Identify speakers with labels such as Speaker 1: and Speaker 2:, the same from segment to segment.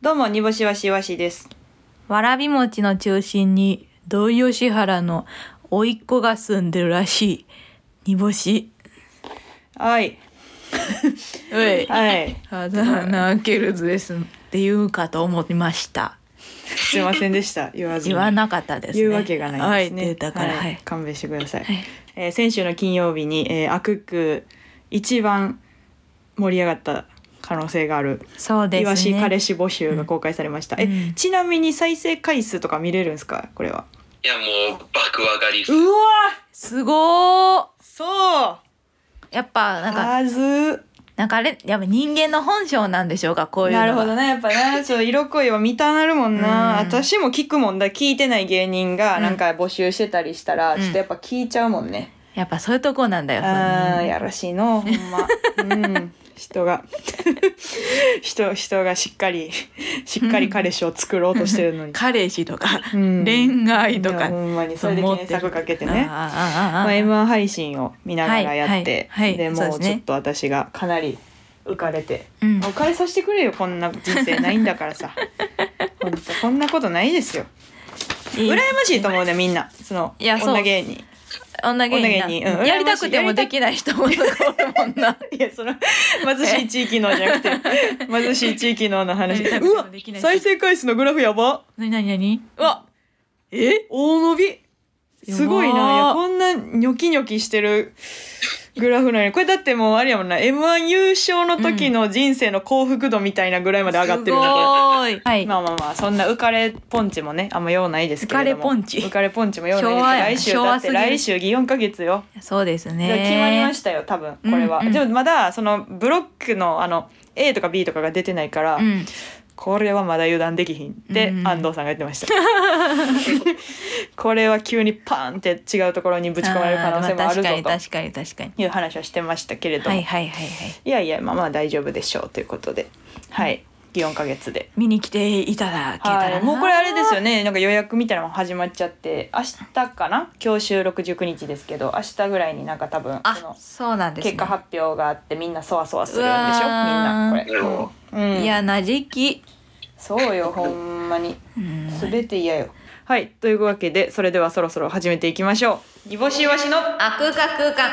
Speaker 1: どうも、煮干しわしわしです。
Speaker 2: わらび餅の中心に土井善原の甥いっ子が住んでるらしい煮干し
Speaker 1: はい。
Speaker 2: おい
Speaker 1: はい。
Speaker 2: 花開けるずですって言うかと思いました
Speaker 1: すいませんでした。言わずに。
Speaker 2: 言わなかったですね
Speaker 1: 言うわけがないですね。
Speaker 2: はい、だから、はい
Speaker 1: 勘弁してください。
Speaker 2: はい
Speaker 1: えー先週の金曜日に、えー、アクック一番盛り上がった可能性がある、
Speaker 2: そうですね
Speaker 1: イワシ彼氏募集が公開されました。
Speaker 2: う
Speaker 1: え、
Speaker 2: ん
Speaker 1: ちなみに再生回数とか見れるんですかこれは。
Speaker 3: いやもう爆上がりっす
Speaker 1: うわ
Speaker 2: すごー
Speaker 1: そう
Speaker 2: やっぱなんか
Speaker 1: あず
Speaker 2: なんかあれやっぱ人間の本性なんでしょうかこういうの
Speaker 1: な
Speaker 2: が
Speaker 1: るほどねやっぱ なちょっと色恋は見たなるもんな、
Speaker 2: うん
Speaker 1: 私も聞くもんだ聞いてない芸人が
Speaker 2: うん
Speaker 1: なんか募集してたりしたら、
Speaker 2: うん
Speaker 1: ちょっとやっぱ聞いちゃうもんね、
Speaker 2: やっぱそういうとこなんだよ
Speaker 1: ああやらしいのほんまうん人が 人人がしっかりしっかり彼氏を作ろうとしてるのに、
Speaker 2: 彼氏とか、
Speaker 1: うん
Speaker 2: 恋愛と
Speaker 1: いや
Speaker 2: か
Speaker 1: ほんまにそれで
Speaker 2: 持って
Speaker 1: 検
Speaker 2: る
Speaker 1: 索かけて
Speaker 2: あ
Speaker 1: ね
Speaker 2: あああああ
Speaker 1: まあ、M1 配信を見ながらやって、
Speaker 2: はいはいはい
Speaker 1: で
Speaker 2: そう
Speaker 1: も
Speaker 2: で
Speaker 1: う
Speaker 2: す
Speaker 1: ち
Speaker 2: ね
Speaker 1: ょっと私がかなり浮かれて
Speaker 2: うん
Speaker 1: お返させてくれよこんな人生ないんだから さほんとこんなことないですよ
Speaker 2: いい
Speaker 1: 羨ましいと思うねみんなその
Speaker 2: いやそう
Speaker 1: 女芸人
Speaker 2: 女芸
Speaker 1: 女芸
Speaker 2: 人
Speaker 1: 人
Speaker 2: な
Speaker 1: うん
Speaker 2: やりたくてもできない人もおるもんな
Speaker 1: いやその貧しい地域のじゃなく て貧しい地域のの話
Speaker 2: やりたく
Speaker 1: う
Speaker 2: て
Speaker 1: わ
Speaker 2: もできない
Speaker 1: 再生回数のグラフやば
Speaker 2: なになになに
Speaker 1: うわえ大伸びすごい
Speaker 2: やば
Speaker 1: な
Speaker 2: ー
Speaker 1: いやこんなニョキニョキしてるグラフなのにこれだってもうあれやもんな m 1優勝の時の人生の幸福度みたいなぐらいまで上がってる
Speaker 2: す
Speaker 1: んだ
Speaker 2: ごーいはい、
Speaker 1: まあまあまあそんな浮かれポンチもねあんま用ないですけれども
Speaker 2: 浮かれポンチ
Speaker 1: 浮かれポンチも用ない
Speaker 2: 昭和やな
Speaker 1: です来週
Speaker 2: 昭
Speaker 1: だっ
Speaker 2: 和す
Speaker 1: て
Speaker 2: ぎる
Speaker 1: 来週4ヶ月よ、
Speaker 2: そうです
Speaker 1: だから決まりま
Speaker 2: ね
Speaker 1: したよ多分これは、
Speaker 2: うんうん
Speaker 1: でもまだそのブロックのあの A とか B とかが出てないから、
Speaker 2: うん、
Speaker 1: これはまだ油断できひんって
Speaker 2: うんうん
Speaker 1: 安藤さんが言ってました、 これは急にパーンって違うところにぶち込まれる可能性もあるぞ
Speaker 2: ーまあ 確かに確かに確かに
Speaker 1: という話をしてましたけれども、
Speaker 2: はい
Speaker 1: い、
Speaker 2: はいはいはい
Speaker 1: やいやまあまあ大丈夫でしょうということではい4ヶ月で
Speaker 2: 見に来ていただけたらな、
Speaker 1: はい、もうこれあれですよねなんか予約みたいなのも始まっちゃって明日かな今日収録19日ですけど明日ぐらいになんか多分そ
Speaker 2: あ
Speaker 1: の
Speaker 2: そうなんです、ね、
Speaker 1: 結果発表があってみんなそわそわするんでしょみん
Speaker 2: うわ
Speaker 1: な
Speaker 2: ー
Speaker 1: これ、うんうん、
Speaker 2: 嫌な時期
Speaker 1: そうよほんまに
Speaker 2: うん
Speaker 1: 全て嫌よはいというわけでそれではそろそろ始めていきましょう煮干しわしの
Speaker 2: あ空間空間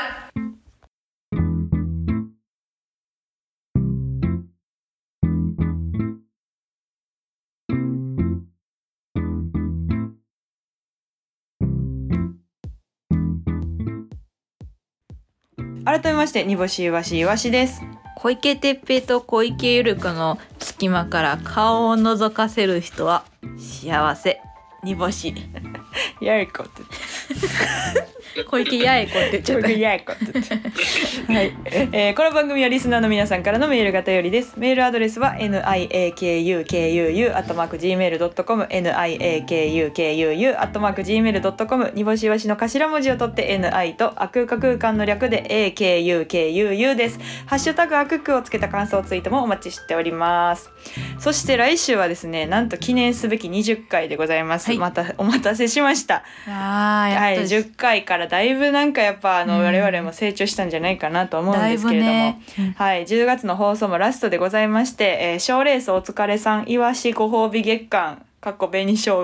Speaker 1: 改めまして煮干しわしわしです
Speaker 2: 小池徹平と小池ゆる子の隙間から顔を覗かせる人は幸せ煮干し
Speaker 1: やいこって言って
Speaker 2: 小池八重子って言っちゃった
Speaker 1: やいこって言ってはい、えーこの番組はリスナーの皆さんからのメールが頼りですメールアドレスは niakukuu アットマーク gmail.com niakukuu アットマーク gmail.com 煮干しわしの頭文字を取って ni とあくか空間の略で akukuu ですハッシュタグあくくをつけた感想ツイートもお待ちしておりますそして来週はですねなんと記念すべき20回でございます、
Speaker 2: はい
Speaker 1: またお待たせしました
Speaker 2: あー
Speaker 1: は
Speaker 2: やっ
Speaker 1: い、
Speaker 2: とです
Speaker 1: 10回からだいぶなんかやっぱあの、
Speaker 2: うん
Speaker 1: 我々も成長したんじゃないかなと思うん
Speaker 2: だ
Speaker 1: で
Speaker 2: い
Speaker 1: すけ
Speaker 2: ぶ
Speaker 1: れども、
Speaker 2: ね
Speaker 1: はい、10月の放送もラストでございまして、えー、賞レースお疲れさんいわしご褒美月間かっこ紅生姜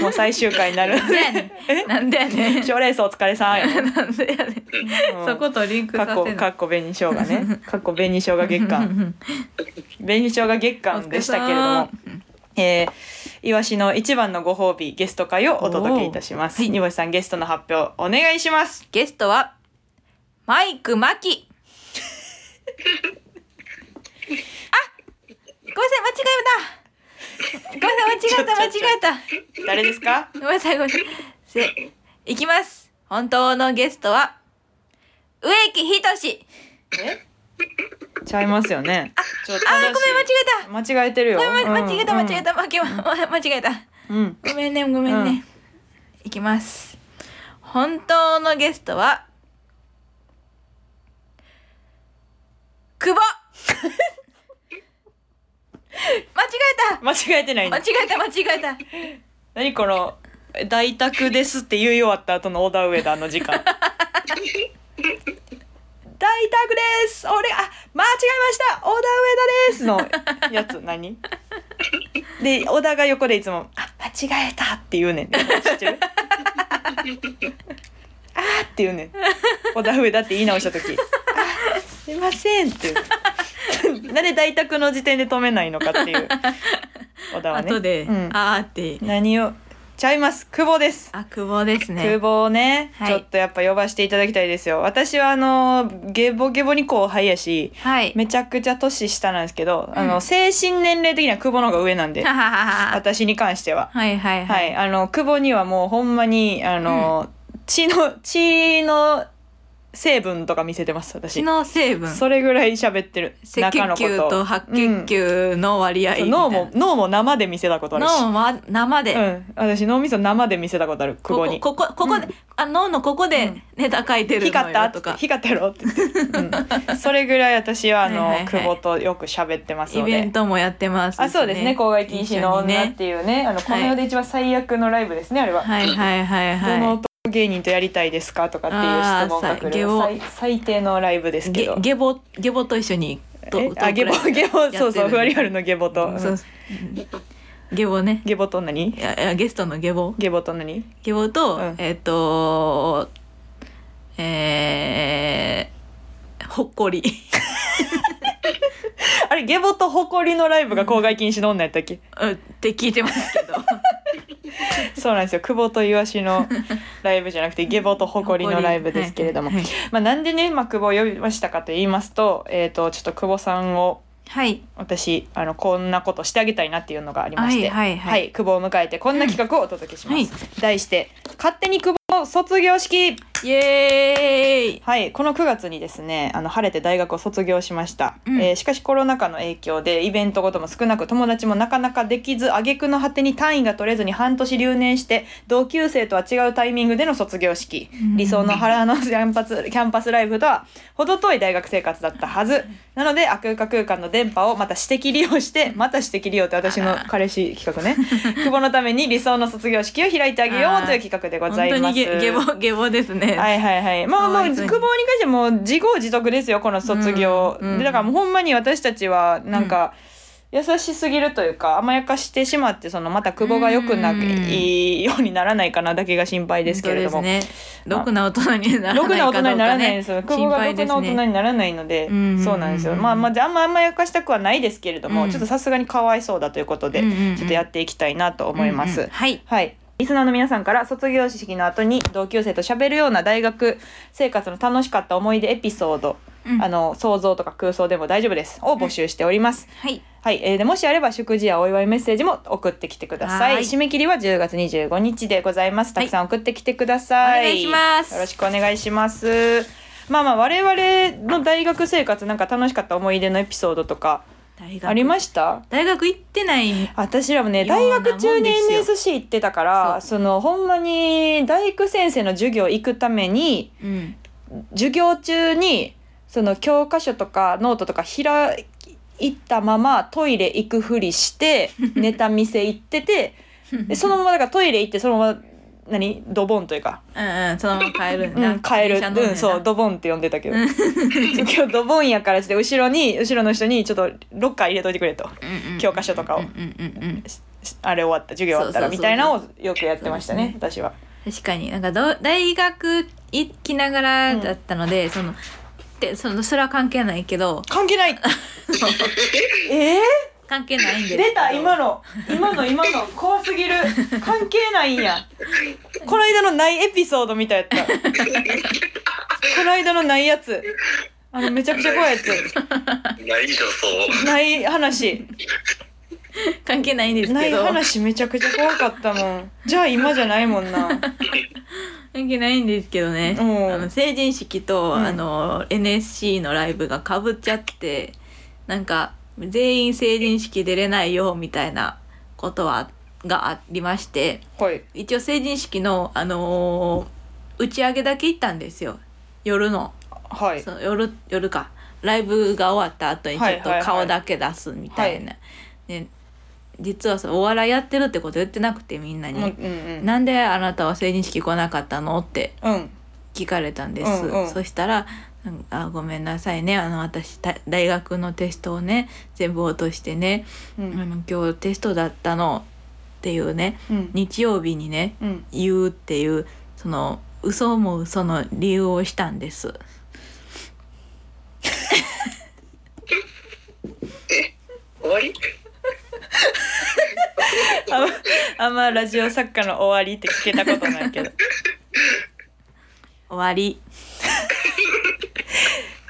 Speaker 1: もう最終回になる
Speaker 2: なんでやねんなんでやねん
Speaker 1: 賞レースお疲れさんやもん
Speaker 2: なんでやねん
Speaker 1: うん
Speaker 2: そことリンク
Speaker 1: か
Speaker 2: さ
Speaker 1: っこ
Speaker 2: せん
Speaker 1: か
Speaker 2: の
Speaker 1: っこ紅生姜ねかっこ紅生姜月間紅生姜月間でしたけれどもえー、いわしの一番のご褒美ゲスト会をお届けいたします。
Speaker 2: おーはい
Speaker 1: にぼしさんゲストの発表お願いします。
Speaker 2: ゲストはマイクマ キあごめんなさい間違えたごめんなさい間違えた間違えた
Speaker 1: 誰ですか？
Speaker 2: ごめんなさいごめんなさいせいきます本当のゲストは植木仁
Speaker 1: ちゃいますよね。ちょっと
Speaker 2: あーごめん間違え
Speaker 1: 間違え間違えてるよ。
Speaker 2: たごめん
Speaker 1: うん
Speaker 2: 間違えた間違え。た負けま間違えた
Speaker 1: うんうん。
Speaker 2: ごめんねごめんね、いきます本当のゲストは久保 間違えた
Speaker 1: 間違えてない
Speaker 2: 間違
Speaker 1: ね。
Speaker 2: えた間違えた
Speaker 1: 何この大宅ですって言い終わった後のオ田ウエダの時 間。大宅です。俺あ間違えました。オ田ウエダですのやつ何？で小田が横でいつも「あ間違えた」って言うねん知ってるあーって言うねん小田上だって言い直した時「あーすいません」って言うなんで大宅の時点で止めないのかっていう小田はね
Speaker 2: 後で、
Speaker 1: うん
Speaker 2: あーって
Speaker 1: 何をちゃいます久保です
Speaker 2: あ久保です
Speaker 1: 久
Speaker 2: ね
Speaker 1: 保をね、
Speaker 2: はい
Speaker 1: ちょっとやっぱ呼ばしていただきたいですよ私はあのゲボゲボに後輩やし
Speaker 2: はい
Speaker 1: めちゃくちゃ年下なんですけど、
Speaker 2: ん
Speaker 1: あの精神年齢的には久保の方が上なんで
Speaker 2: はははは
Speaker 1: 私に関しては、
Speaker 2: はいはい
Speaker 1: は
Speaker 2: はい
Speaker 1: い、あの久保にはもうほんまにあの、血の血の成分とか見せてます
Speaker 2: 血
Speaker 1: 私
Speaker 2: の成分
Speaker 1: それぐらい喋ってる
Speaker 2: 赤血球と白血球の割合
Speaker 1: そう
Speaker 2: みたいな
Speaker 1: 脳も脳も生で見せたことあるし
Speaker 2: 脳は生で、
Speaker 1: うん、私脳みそ生で見せたことある久保に
Speaker 2: ここここここで、
Speaker 1: う
Speaker 2: あ脳のここ
Speaker 1: う
Speaker 2: で
Speaker 1: ん
Speaker 2: ネタ書いてるの
Speaker 1: 光った
Speaker 2: よ
Speaker 1: っつ
Speaker 2: と
Speaker 1: って
Speaker 2: か、
Speaker 1: 光ったやろって言って、うん、それぐらい私はあの、
Speaker 2: はいはいはい
Speaker 1: 久保とよく喋ってます
Speaker 2: イ
Speaker 1: ので
Speaker 2: ベントもやってますし
Speaker 1: あそうですね公害禁止の女っていうねあのこの世で一番最悪のライブですねあれは、
Speaker 2: はいはいは
Speaker 1: ど
Speaker 2: い
Speaker 1: の
Speaker 2: は
Speaker 1: 男芸人とやりたいですかとかっていう質問が来る
Speaker 2: あーさ
Speaker 1: 最最低のライブで
Speaker 2: い
Speaker 1: すけ
Speaker 2: ゲ
Speaker 1: ど
Speaker 2: ゲボゲボと一緒にと
Speaker 1: え
Speaker 2: トークラ
Speaker 1: あ
Speaker 2: イブ
Speaker 1: ゲボゲ
Speaker 2: や
Speaker 1: ボ
Speaker 2: ってる
Speaker 1: そうそうふわりはるのゲボと、うん
Speaker 2: そうゲボね
Speaker 1: ゲボと何
Speaker 2: いやいやゲストのゲボ
Speaker 1: ゲボと何
Speaker 2: ゲボと、
Speaker 1: うん
Speaker 2: えっ、とえー、ほっこり
Speaker 1: あれゲボと誇りのライブが公害禁止の女やったっけ
Speaker 2: うんって聞いてます けど
Speaker 1: そうなんですよ久保とイワシのライブじゃなくてゲボと誇りのライブですけれども
Speaker 2: はい、
Speaker 1: まあ、なんでね、まあ、久保を呼びましたかと言いますと,、えー、とちょっと久保さんを
Speaker 2: はい
Speaker 1: 私あのこんなことしてあげたいなっていうのがありま
Speaker 2: は
Speaker 1: し
Speaker 2: い
Speaker 1: て、
Speaker 2: はい
Speaker 1: は
Speaker 2: はいい
Speaker 1: 久保を迎えてこんな企画をお届けします。
Speaker 2: はい
Speaker 1: 題して「勝手に久保卒業式
Speaker 2: イエーイ」
Speaker 1: はいこの9月にですねあの晴れて大学を卒業しました、
Speaker 2: うん
Speaker 1: えーしかしコロナ禍の影響でイベントごとも少なく友達もなかなかできず挙句の果てに単位が取れずに半年留年して同級生とは違うタイミングでの卒業式。理想の原のキャンパ スキャンパスライフとは程遠い大学生活だったはずなので悪空間空間の電波をまた私的利用してまた私的利用って私の彼氏企 画ね久保のために理想の卒業式を開いてあげようという企画でございます。
Speaker 2: 本当にゲゲボ ゲボですね。
Speaker 1: はいはいはい。まあまあ、
Speaker 2: かわい
Speaker 1: 久
Speaker 2: そ
Speaker 1: 保
Speaker 2: う
Speaker 1: に
Speaker 2: に
Speaker 1: 関してはもう自業自得ですよ、この卒業。
Speaker 2: うんうん
Speaker 1: でだからもうほんまに私たちは、なんか、優しすぎるというか甘やかしてしまってそのまた久保が良くな
Speaker 2: うん
Speaker 1: いいようにならないかなだけが心配ですけれども、
Speaker 2: 本当ですね。ろくな大人にならないかど
Speaker 1: ろ
Speaker 2: うか、
Speaker 1: くな大人
Speaker 2: ね。
Speaker 1: にならないんですよ。久保
Speaker 2: 心
Speaker 1: がろ
Speaker 2: 配
Speaker 1: く
Speaker 2: で
Speaker 1: な
Speaker 2: す
Speaker 1: 大人
Speaker 2: ね。
Speaker 1: にならないので
Speaker 2: うんうんうん、
Speaker 1: そうなんですよ。まあまあ、じゃああんま甘やかしたくはないですけれども、
Speaker 2: うん
Speaker 1: ちょっとさすがにかわいそうだということで、
Speaker 2: うんうんうん
Speaker 1: ちょっとやっていきたいなと思います。
Speaker 2: うんうんはい。
Speaker 1: はい。リスナーの皆さんから卒業式の後に同級生と喋るような大学生活の楽しかった思い出エピソード、
Speaker 2: うん
Speaker 1: あの想像とか空想でも大丈夫ですを募集しております。
Speaker 2: はい。
Speaker 1: はい、えーでもしあれば祝辞やお祝いメッセージも送ってきてください。
Speaker 2: はい
Speaker 1: 締め切りは10月25日でございます。たくさん送ってきてください。
Speaker 2: はいお願いします
Speaker 1: よろしくお願いします。まあまあ我々の大学生活なんか楽しかった思い出のエピソードとか
Speaker 2: 大学
Speaker 1: ありました？
Speaker 2: 大学行ってない。
Speaker 1: 私らもね
Speaker 2: ような
Speaker 1: 大
Speaker 2: もんですよ
Speaker 1: 学中に NSC 行ってたからそのほんまに大工先生の授業行くために
Speaker 2: うん。
Speaker 1: 授業中にその教科書とかノートとか開いたままトイレ行くふりして ネタ見せ行っててでそのままだからトイレ行ってそのまま何ドボンというか、
Speaker 2: うんうんそのまま帰るん
Speaker 1: う
Speaker 2: だ。
Speaker 1: ん、帰る、
Speaker 2: 電車乗んねん
Speaker 1: う、
Speaker 2: なん
Speaker 1: そうドボンって呼んでた けど今日ドボンやからして後ろに後ろの人にちょっとロッカー入れといてくれと
Speaker 2: うんうん
Speaker 1: 教科書とかを
Speaker 2: うんうんうんうん
Speaker 1: あれ終わった授業終わったら
Speaker 2: そうそうそう
Speaker 1: みたいなのをよくやってましたね
Speaker 2: そう
Speaker 1: 私は。
Speaker 2: 確かになんかど大学行きながら
Speaker 1: うん
Speaker 2: だったので、そのでそのそれは関係ないけど
Speaker 1: 関係ない えー、
Speaker 2: 関係ないんですけど
Speaker 1: 出た今の今の今の怖すぎる関係ないんやこの間のないエピソードみたいやったこの間のないやつあのめちゃくちゃ怖いやつ
Speaker 3: ない女装。
Speaker 1: ない話
Speaker 2: 関係ないんです
Speaker 1: な
Speaker 2: け
Speaker 1: い
Speaker 2: ど
Speaker 1: 話めちゃくちゃ怖かったもんじゃあ今じゃないもん な
Speaker 2: 関係ないんですけどね、
Speaker 1: うん
Speaker 2: あの成人式と、
Speaker 1: うん
Speaker 2: あの NSC のライブがかぶっちゃってなんか全員成人式出れないよみたいなことはがありまして
Speaker 1: はい
Speaker 2: 一応成人式の、あのー打ち上げだけ行ったんですよ夜の
Speaker 1: はい
Speaker 2: その夜夜かライブが終わった後にちょっと
Speaker 1: はいはいはい
Speaker 2: 顔だけ出すみたいな、ね実はそうお笑いやってるってこと言ってなくてみんなに。
Speaker 1: もううん
Speaker 2: なんであなたは成人式来なかったのって
Speaker 1: うんうん
Speaker 2: 聞かれたんです、
Speaker 1: うんうん
Speaker 2: そしたらなんかあごめんなさいねあの私た大学のテストをね全部落としてね、
Speaker 1: う
Speaker 2: あ
Speaker 1: ん
Speaker 2: の今日テストだったのっていうね
Speaker 1: うん
Speaker 2: 日曜日にね
Speaker 1: うん
Speaker 2: 言うっていうその嘘も嘘の理由をしたんです。
Speaker 3: 終わり
Speaker 1: あんま あんまラジオ作家の終わりって聞けたことないけど
Speaker 2: 終わり。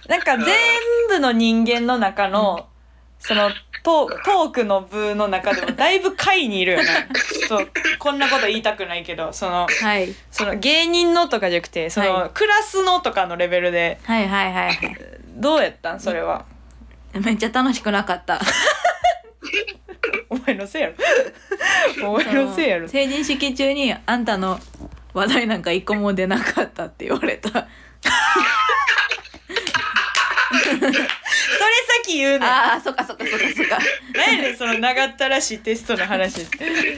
Speaker 1: なんか全部の人間の中のそのトートークの部の中でもだいぶ下位にいるよねちょっとこんなこと言いたくないけどその
Speaker 2: はい、
Speaker 1: その芸人のとかじゃなくてその、
Speaker 2: はい
Speaker 1: クラスのとかのレベルで
Speaker 2: はいはいはいは
Speaker 1: どうやったんそれは。
Speaker 2: い。めっちゃ楽しくなかった。
Speaker 1: お前のせ いやろお前のせいやろ
Speaker 2: 成人式中にあんたの話題なんか一個も出なかったって言われ た。
Speaker 1: それ先言うな
Speaker 2: ああ、そっかそっかそっか そっか。
Speaker 1: 何やねんその長ったらしいテストの話
Speaker 3: そこがオチじゃ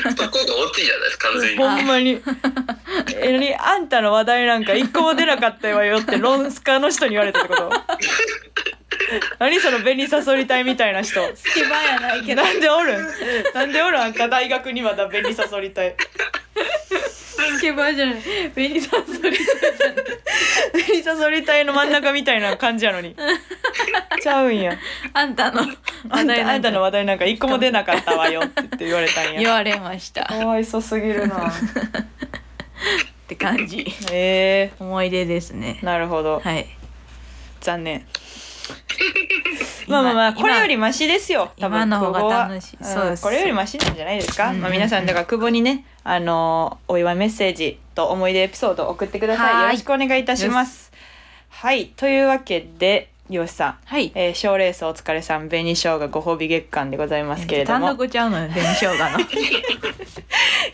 Speaker 3: ないですか完全に
Speaker 1: ほんまにえ何あんたの話題なんか一個も出なかったわよってロンスカの人に言われたってこと何その紅さそり隊みたいな人
Speaker 2: 暇やないけど。
Speaker 1: なんでおるんなんでおるんあんた大学にまだ紅さそり隊
Speaker 2: けばじゃない。紅さんそれじゃない。
Speaker 1: 紅さそり隊の真ん中みたいな感じやのにちゃうんや
Speaker 2: あんたの
Speaker 1: あ
Speaker 2: 話
Speaker 1: んた
Speaker 2: 題
Speaker 1: あ
Speaker 2: なんん
Speaker 1: たの
Speaker 2: か
Speaker 1: 話題なんか一個も出なかったわよって言って言われたん
Speaker 2: 言
Speaker 1: や
Speaker 2: われました。っ
Speaker 1: かわいそすぎるな
Speaker 2: て感じ。
Speaker 1: え
Speaker 2: 思い出ですね
Speaker 1: ー、。なるほど
Speaker 2: はい。
Speaker 1: 残念
Speaker 2: 今
Speaker 1: まあまあまあ
Speaker 2: 今
Speaker 1: これよりマシですよ多分
Speaker 2: 今の方
Speaker 1: 久
Speaker 2: が
Speaker 1: 保は
Speaker 2: 楽しい
Speaker 1: ん
Speaker 2: そうです
Speaker 1: これよりマシなんじゃないですか、
Speaker 2: うん
Speaker 1: まあ、皆さんだから久保にねあのーお祝いメッセージと思い出エピソードを送ってくださ
Speaker 2: はいい
Speaker 1: よろしくお願いいたしますはいというわけでよしさん
Speaker 2: はい。
Speaker 1: えー、賞レースお疲れさん紅生姜ご褒美月間でございますけれど
Speaker 2: 単
Speaker 1: も
Speaker 2: 独ちゃうのよ、紅生姜の。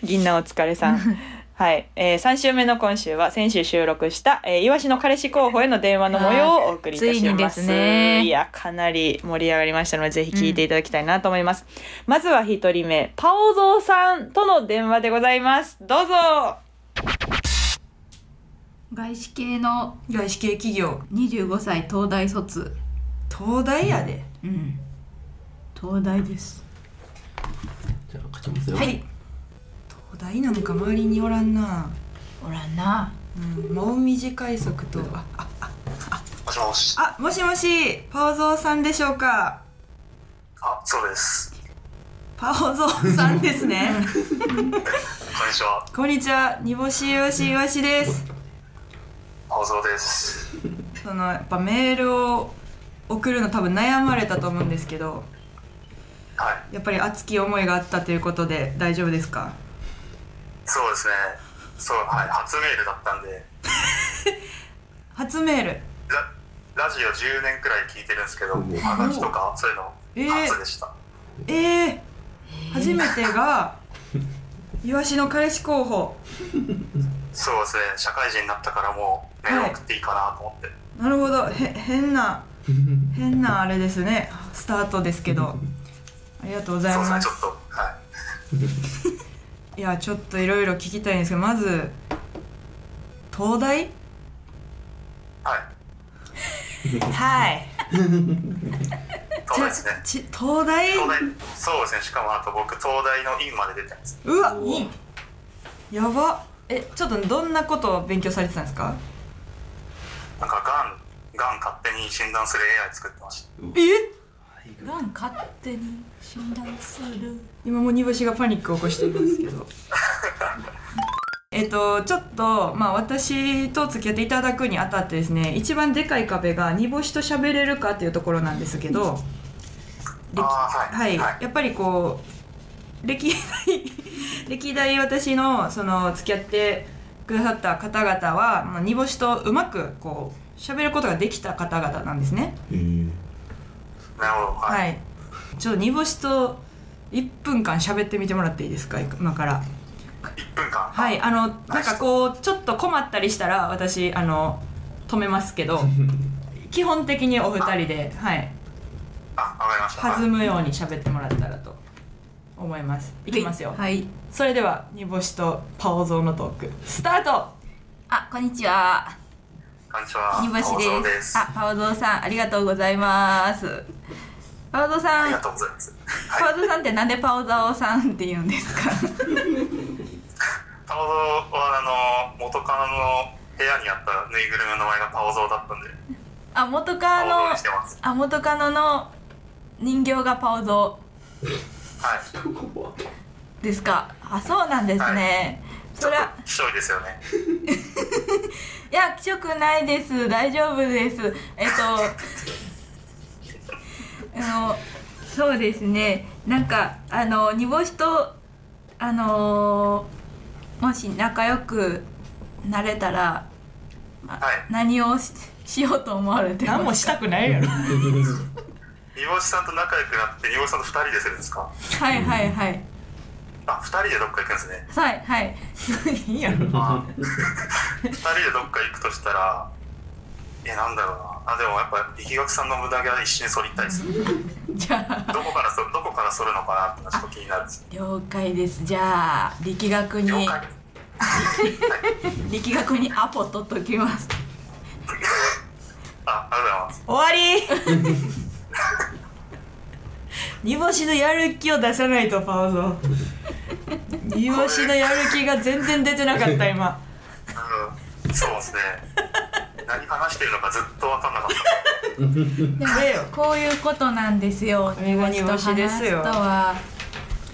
Speaker 1: 銀杏お疲れさん はい、えー、3週目の今週は先週収録した、えー、イワシの彼氏候補への電話の模様をお送りいたし
Speaker 2: ついに
Speaker 1: ま
Speaker 2: ですすね
Speaker 1: いやかなり盛り上がりましたのでぜひ聞いていただきたいなと思います、まずは一人目パオゾーさんとの電話でございますどうぞ
Speaker 4: 外資系の
Speaker 5: 外資系企業
Speaker 2: 25歳東大卒。
Speaker 5: 東大やで
Speaker 2: うん。東大です。
Speaker 6: じゃあ勝ちますよ
Speaker 5: はい東大なんか周りにおらんな
Speaker 2: おらんな。
Speaker 5: うんもみじ快速とあああ
Speaker 7: もしもし。
Speaker 5: あもしもしパオゾーさんでしょうか
Speaker 7: あ、そうです。
Speaker 5: パオゾーさんです ね
Speaker 7: こんにちは。
Speaker 5: こんにちは煮干しいわしいわしです
Speaker 7: 小僧です。
Speaker 5: そのやっぱメールを送るの多分悩まれたと思うんですけど
Speaker 7: はい。
Speaker 5: やっぱり熱き思いがあったということで大丈夫ですか
Speaker 7: そうですね。そう、はい。初メールだったんで、
Speaker 5: 初メール
Speaker 7: ララジオ10年くらい聞いてるんですけど、お話とかそういうの
Speaker 5: えー
Speaker 7: 初でした。
Speaker 5: ええ初めてがいわしの彼氏候補
Speaker 7: そうですね。社会人になったからもうメール送っていいかなと思って。
Speaker 5: なるほどへ変な変なあれですねスタートですけどありがとうござい
Speaker 7: そうです
Speaker 5: ま
Speaker 7: ね。ち
Speaker 5: す
Speaker 7: ょっと、はい。
Speaker 5: いやちょっといろいろ聞きたいんですけどまず東大
Speaker 7: はい。
Speaker 5: はい
Speaker 7: 東大ですね。
Speaker 5: ち東大
Speaker 7: 東大、そうですね。しかもあと僕、東大の院まで出てます。
Speaker 5: うわやばえちょっとどんなことを勉強されてたんですか
Speaker 7: なんか、がん、がん勝手に診断する AI 作ってました。
Speaker 5: え
Speaker 2: がん勝手に診断する。
Speaker 5: 今もう煮干しがパニックを起こしていますけ どえっとちょっとまあ私と付き合っていただくにあたってですね一番でかい壁が煮干しと喋れるかっていうところなんですけど歴
Speaker 7: あー
Speaker 5: は、
Speaker 7: はいい
Speaker 5: やっぱりこう歴代 歴代私のその付き合ってくださった方々はまあ煮干しとうまくこう喋ることができた方々なんですね。
Speaker 6: えー
Speaker 7: なるほど。はい。
Speaker 5: はい、ちょっと煮干しと1分間喋ってみてもらっていいですか今から
Speaker 7: 1分間。
Speaker 5: はいあのなんかこうちょっと困ったりしたら私あの止めますけ ど基本的にお二人で、はい、
Speaker 7: あ、わかりました。
Speaker 5: 弾むように喋ってもらったらと思いますいきますよ、
Speaker 4: はい
Speaker 5: それでは煮干しとパオゾーのトークスタート
Speaker 4: あこんにちは
Speaker 7: こんにちは。
Speaker 2: 煮干し
Speaker 7: 青
Speaker 2: です
Speaker 7: 沢です。
Speaker 2: あ、パオゾーさん、ありがとうございます。パオゾー
Speaker 7: あ
Speaker 2: さ
Speaker 7: り
Speaker 2: ん
Speaker 7: が、とうございます。
Speaker 2: パオゾーさんってなんでパオザオさんって言うんですか。
Speaker 7: パオゾーはあの元カノの部屋にあったぬいぐるみの名前がパオゾーだったんで、
Speaker 2: あ、元
Speaker 7: パ
Speaker 2: カ
Speaker 7: オゾー
Speaker 2: ノ
Speaker 7: にし、てます。
Speaker 2: あ、元カノの人形がパオゾ
Speaker 7: はい。
Speaker 2: ーですか。あ、そうなんですね。そりゃ、
Speaker 7: 希少ですよね。
Speaker 2: いや、きしょくないです。大丈夫です。えっと。 あの、そうですね。なんか、あの、煮干しと。あのーもし仲良くなれたら。ま
Speaker 7: はい
Speaker 2: 何をし しようと思われてますか
Speaker 1: 何もしたくないやろ
Speaker 7: 煮干しさんと仲良くなって煮干しさんと二人でするんですか。
Speaker 2: はいはいはい。
Speaker 7: あ、二人でどっか行くんですね。
Speaker 2: はいはい。
Speaker 1: いいやろ
Speaker 7: あー二人でどっか行くとしたら、え、なんだろうな。あ、でもやっぱ力学さんの無駄毛は一瞬剃りたいです。
Speaker 2: じゃあ。
Speaker 7: どこからそどこから剃るのかなってのはちょっと気になるんです。
Speaker 2: 了解です。じゃあ、力学
Speaker 7: 了
Speaker 2: に、
Speaker 7: 解。
Speaker 2: 力学にアポ取っときます。
Speaker 7: あ、ありがとうございます。
Speaker 1: 終わり煮干しのやる気を出さないとパウゾー煮干しのやる気が全然出てなかった今
Speaker 7: うんそうですね。何話してるのかずっと分かんなかっ
Speaker 1: ええよ
Speaker 2: こういうことなんですよ。
Speaker 1: れが煮干しですよ
Speaker 2: 煮干しと話とは。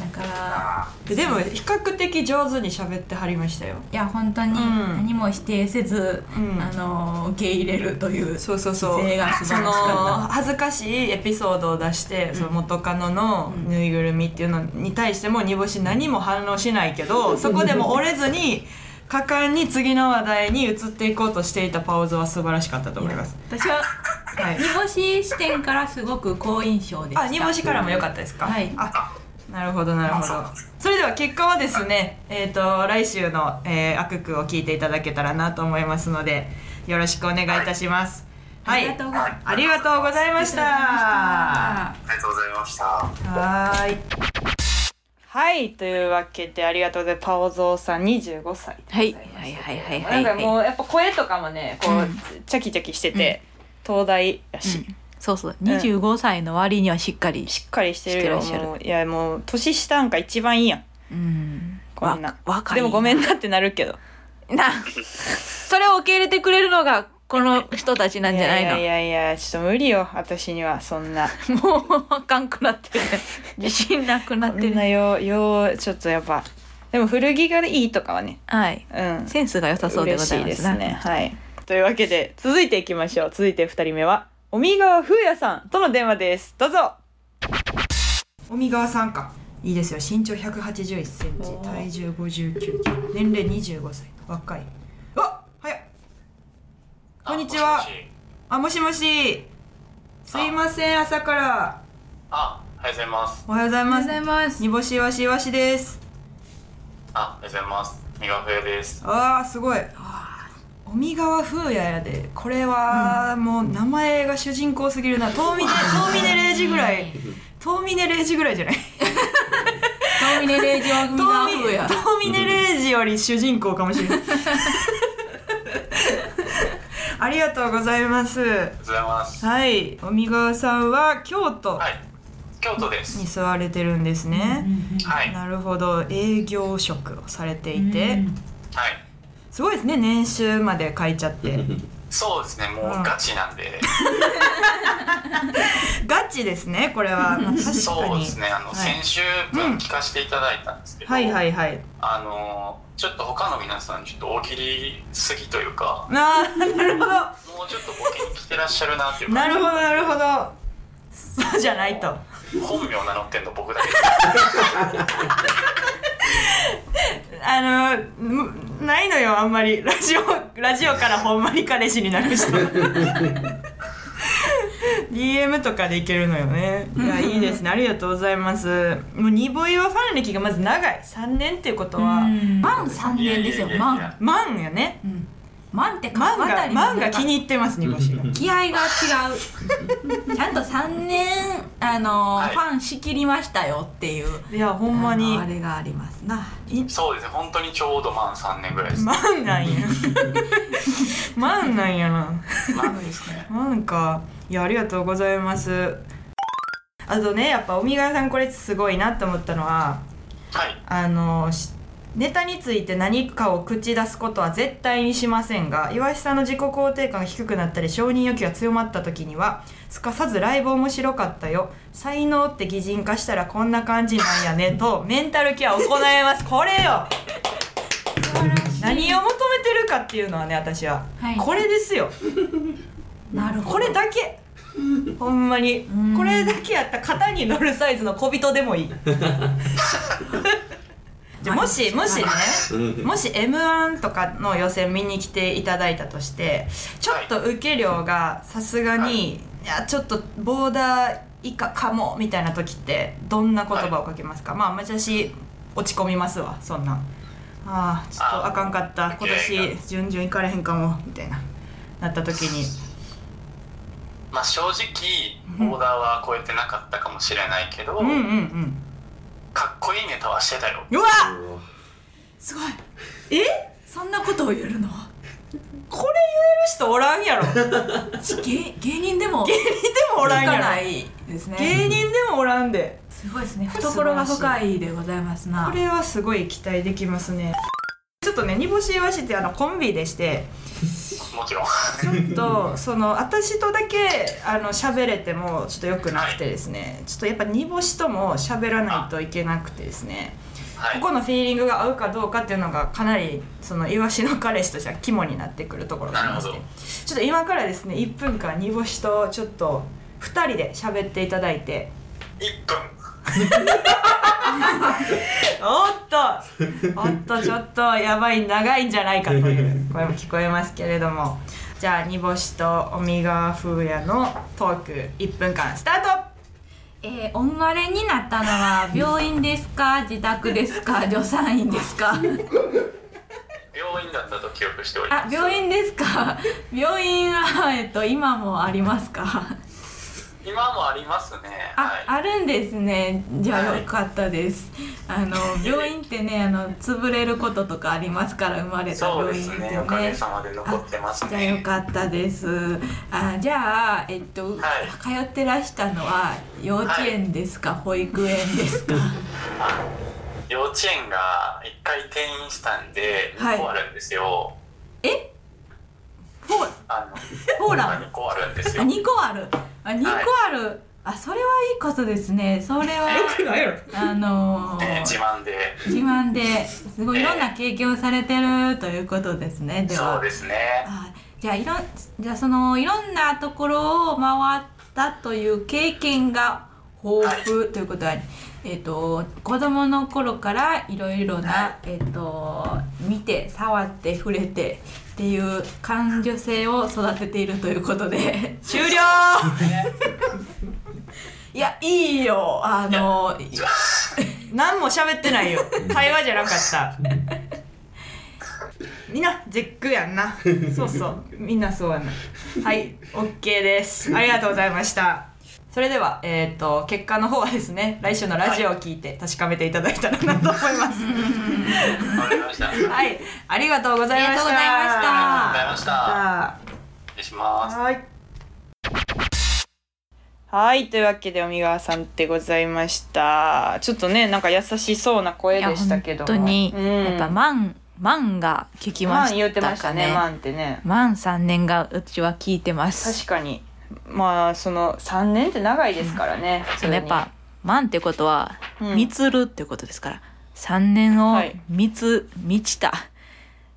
Speaker 2: だから、
Speaker 1: ででも比較的上手に喋ってはりましたよ
Speaker 2: いや、本当に
Speaker 1: うん
Speaker 2: 何も否定せず、
Speaker 1: うん
Speaker 2: あの、受け入れるという。
Speaker 1: そうそうそう
Speaker 2: 姿勢が素晴
Speaker 1: そ
Speaker 2: らし
Speaker 1: の
Speaker 2: か
Speaker 1: 恥ずかしいエピソードを出して、その元カノのぬいぐるみっていうのに対しても煮干し何も反応しないけどそこでも折れずに果敢に次の話題に移っていこうとしていたパウズは素晴らしかったと思います。
Speaker 2: った。私は、
Speaker 1: はい
Speaker 2: 煮、干し視点からすごく好印象でした。
Speaker 1: あ煮干しからも良かったですか、
Speaker 2: はい
Speaker 1: あなるほどなるほどそれでは結果はですねえっ、と来週の、えー、悪句を聞いていただけたらなと思いますのでよろしくお願いいたしますは
Speaker 2: あ
Speaker 1: い
Speaker 2: りがとうござい
Speaker 7: た。はい。
Speaker 1: ありがとうございました
Speaker 2: ま
Speaker 7: ありがとうございました。
Speaker 1: はーい
Speaker 8: はいというわけでありがとうございますパオゾーさん25歳
Speaker 2: した。はい、はい、はい、はい、は。
Speaker 8: ないんかもうやっぱ声とかもねこう、チャキチャキしてて、東大やし、
Speaker 2: うんそうそう、二十五歳の割にはしっかり。
Speaker 8: しっかりしてるよ
Speaker 2: してらっしゃる
Speaker 8: もういやもう年下なんか一番いいやん
Speaker 2: うん。
Speaker 8: こんな
Speaker 2: わ若い。
Speaker 8: でもごめんなってなるけど
Speaker 2: な。それを受け入れてくれるのが、この人たちなんじゃないの。
Speaker 8: やいやいやいやちょっと無理よ私にはそん な
Speaker 2: もう、あかんくなってる。自信なくな
Speaker 8: そ
Speaker 2: って
Speaker 8: んな
Speaker 2: る。
Speaker 8: よようちょっとやっぱでも古着がいいとかはね
Speaker 2: はい。
Speaker 8: うん
Speaker 2: センスが良さそうでございま
Speaker 8: 嬉し
Speaker 2: す
Speaker 8: いです
Speaker 2: な。
Speaker 8: ねはいというわけで続いていきましょう続いて二人目は尾身川風也さんとの電話ですどうぞ
Speaker 1: 尾身川さんかいいですよ身長1 8 1センチ体重5 9キロ年齢25歳若いうわ早っこんにちは
Speaker 7: あもしもし
Speaker 1: あもしもしすいません朝から
Speaker 7: あ、おはようございます。
Speaker 1: おはようござい
Speaker 9: おはよ
Speaker 1: ま
Speaker 9: うご
Speaker 1: す
Speaker 9: ざいます。
Speaker 1: 煮干しわしわしです
Speaker 7: あ、おはようございます。三輪冬です。
Speaker 1: あーすごい尾身川風也やでこれはもう名前が主人公すぎるな遠見で遠見で0時ぐらい遠見で0時ぐらいじゃない
Speaker 2: トミネレイジオ組
Speaker 1: ト
Speaker 2: が
Speaker 1: ーミ
Speaker 2: 風や。
Speaker 1: トーミネレイジより主人公かもしれないありがとうございます
Speaker 7: おはようございます。
Speaker 1: はい尾身川さんは京都
Speaker 7: はい。京都です
Speaker 1: に。座れてるんですね、
Speaker 7: はい。はい。
Speaker 1: なるほど営業職をされていて、すごいですね年収まで書いちゃって
Speaker 7: そうですね。もうガチなんで。
Speaker 1: ガチですねこれは、まあ確かに
Speaker 7: そうですね。あの、
Speaker 1: はい
Speaker 7: 先週分聞かせていただいたんですけど。
Speaker 1: はいはいはい
Speaker 7: あの、ちょっと他の皆さん、ちょっと大喜利すぎというか。
Speaker 1: あーなるほど
Speaker 7: もうちょっとボケに来てらっしゃるなっていう
Speaker 1: な
Speaker 7: 感
Speaker 1: る
Speaker 7: じ
Speaker 1: ほどなるほどそうじゃないと
Speaker 7: 本名名乗ってんの僕だけです
Speaker 1: あのむないのよあんまりラジオラジオからほんまに彼氏になる人 DM とかでいけるのよねいやいいですねありがとうございますもうニボイはファン歴がまず長い3年っていうことは
Speaker 2: うん
Speaker 9: 満3年ですよ。
Speaker 7: いやいやいやいや
Speaker 9: 満。
Speaker 1: 満やね、
Speaker 2: 万って書く
Speaker 1: マン
Speaker 2: あた
Speaker 1: が
Speaker 2: り
Speaker 1: マン
Speaker 2: な
Speaker 1: が
Speaker 2: んか
Speaker 1: 気に入ってます煮干しが
Speaker 2: 気合が違うちゃんと3年あの、
Speaker 7: はい
Speaker 2: ファンしきりましたよっていう
Speaker 1: いやほんまに
Speaker 2: あのあれがありますな
Speaker 7: そうですね本当にちょうど満3年ぐらいです、
Speaker 1: マン なんやマンなんやな
Speaker 7: 満ですね
Speaker 1: なんかいやありがとうございますあとねやっぱ海川さんこれすごいなと思ったのは
Speaker 7: はい
Speaker 1: あのしネタについて何かを口出すことは絶対にしませんが岩井さんの自己肯定感が低くなったり承認欲求が強まった時にはすかさず「ライブ面白かったよ才能って擬人化したらこんな感じなんやね」と メンタルケアを行いますこれよ何を求めてるかっていうのはね私は、
Speaker 10: はい
Speaker 1: これですよ
Speaker 2: なるほ
Speaker 1: こ
Speaker 2: ど
Speaker 1: れだけほんまに
Speaker 2: ん
Speaker 1: これだけやったら型に乗るサイズの小人でもいいじゃあもしもしね
Speaker 11: うん
Speaker 1: もし m 1とかの予選見に来ていただいたとしてちょっと受け量がさすがに、
Speaker 7: はい
Speaker 1: い、やちょっとボーダー以下かもみたいな時ってどんな言葉をかけますか、まあ私落ち込みますわそんなんああちょっとあかんかった
Speaker 7: あ
Speaker 1: 今
Speaker 7: いやい
Speaker 1: 年順々いかれへんかもみたいななった時に
Speaker 7: まあ正直オーダーは超えてなかったかもしれないけど、
Speaker 1: うんうんうん
Speaker 7: かっこいいネタはしてたよ
Speaker 1: うわ
Speaker 2: すごい
Speaker 1: え
Speaker 2: そんなことを言えるの
Speaker 1: これ言える人おらんやろで
Speaker 2: 私芸芸人でも
Speaker 1: もおらん
Speaker 2: か
Speaker 1: やろ
Speaker 2: ないですね
Speaker 1: 芸人でもおらんです
Speaker 2: ごいですね懐が深いでございますな
Speaker 1: これはすごい期待できますねちょっとね煮干しイワシってあのコンビでして
Speaker 7: もちろん
Speaker 1: ちょっ とその私とだけあの喋れてもちょっと良くなくてですねちょっとやっぱ煮干しとも喋らないといけなくてですね
Speaker 7: はい
Speaker 1: ここのフィーリングが合うかどうかっていうのがかなりそのイワシの彼氏としては肝になってくるところがありまして
Speaker 7: なるほ
Speaker 1: ちょっと今からですね1分間煮干しとちょっと2人で喋っていただいて
Speaker 7: 1分
Speaker 1: おっと おっとちょっとやばい長いんじゃないかという声も聞こえますけれどもじゃあ煮干しとオミガ風やのトーク1分間スタート
Speaker 2: えー、お生まれになったのは病院です か自宅ですか助産院ですか
Speaker 7: 病院だったと記憶しておりま
Speaker 2: あ
Speaker 7: す
Speaker 2: 病院ですか病院は、えっと、今もありますか
Speaker 7: 今もありますね
Speaker 2: あ、
Speaker 7: はい
Speaker 2: あるんですねじゃあ
Speaker 7: はい
Speaker 2: よかったです、あの病院ってねあの潰れることとかありますから生まれた
Speaker 7: そう
Speaker 2: 病
Speaker 7: で
Speaker 2: 院っ
Speaker 7: す
Speaker 2: て
Speaker 7: ね
Speaker 2: ね
Speaker 7: おかげさまで残ってます
Speaker 2: じゃあよ
Speaker 7: ね
Speaker 2: かったです。あじゃあえっと、
Speaker 7: は
Speaker 2: 通ってらしたのは幼稚園ですか、保育園です か。
Speaker 7: 幼稚園が1回転院したんで
Speaker 2: はい
Speaker 7: 2個あるんですよ、
Speaker 2: え？ほ
Speaker 7: あの
Speaker 2: ほら
Speaker 7: 2個あるんですよ
Speaker 2: あ二個ある。あ二個ある。あそれはいいことですね。それは
Speaker 1: 何やろ
Speaker 2: あの
Speaker 7: えー自
Speaker 2: ー
Speaker 7: 慢で
Speaker 2: 自慢ですごいいろんな経験をされてるということですね。で
Speaker 7: そう
Speaker 2: は。
Speaker 7: ですね
Speaker 2: あじゃあいろんじゃあそのいろんなところを回ったという経験が豊富ということは、えっ、と子供の頃からいろいろな、
Speaker 7: は
Speaker 2: えっ、と見て触って触れてっていう感受性を育てているということで
Speaker 1: 終 了
Speaker 2: いやいいよあの
Speaker 1: 何も喋ってないよ会話じゃなかったみんな絶句やんなそうそうみんなそうやなはいオッケーですありがとうございましたそれでは、えー、と結果の方はですね来週のラジオを聞いて確かめていただいたらなと思います
Speaker 7: わかりましたありがとう
Speaker 1: はい、ありがとうございました。
Speaker 2: あ
Speaker 7: ございました失礼します
Speaker 1: はい、
Speaker 12: はいというわけで海川さんでございましたちょっとねなんか優しそうな声でしたけども
Speaker 2: いや本当に
Speaker 12: うん、
Speaker 2: マンマンが聞き
Speaker 12: マン言ってましたねマンってね
Speaker 2: マン3年がうちは聞いてま
Speaker 12: 確かにまあその3年って長いですからね普通
Speaker 10: そ
Speaker 12: に
Speaker 10: のやっぱ万ってことは
Speaker 12: うん
Speaker 10: 満つるってことですから、三年を
Speaker 12: はい
Speaker 10: 満つ満ちた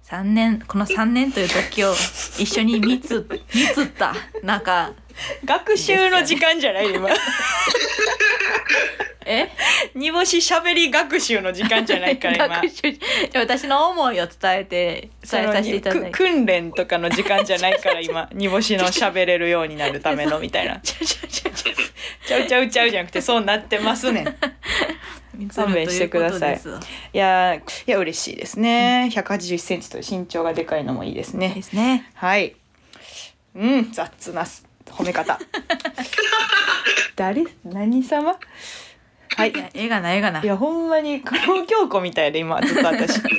Speaker 10: 三年この三年という時を一緒に満つ満つったなんか
Speaker 12: 学習の時間じゃない 今
Speaker 10: え
Speaker 12: 煮干ししゃべり学習の時間じゃないから今
Speaker 10: 学習じゃあ私の思いを伝えて伝えさせていた
Speaker 12: その
Speaker 10: だい
Speaker 12: く
Speaker 10: て
Speaker 12: 訓練とかの時間じゃないから今煮干しのしゃべれるようになるためのみたいなちゃうちゃうちゃうじゃなくてそうなってますねん
Speaker 2: みつ
Speaker 1: 勘
Speaker 2: る
Speaker 1: 弁
Speaker 2: と
Speaker 1: し
Speaker 2: い
Speaker 1: て
Speaker 2: う
Speaker 1: く
Speaker 2: こ
Speaker 1: だ
Speaker 2: と
Speaker 1: さい
Speaker 2: ですわ
Speaker 1: いやーいや嬉しいですね181センチという身長がでかいのもいいですね
Speaker 2: ですね
Speaker 1: はい。うん、雑なす褒め 方。誰何様はい。
Speaker 2: いや絵がな絵がない
Speaker 1: いや、ほんまに、加納京子みたいで、今、ずっと私。
Speaker 2: だか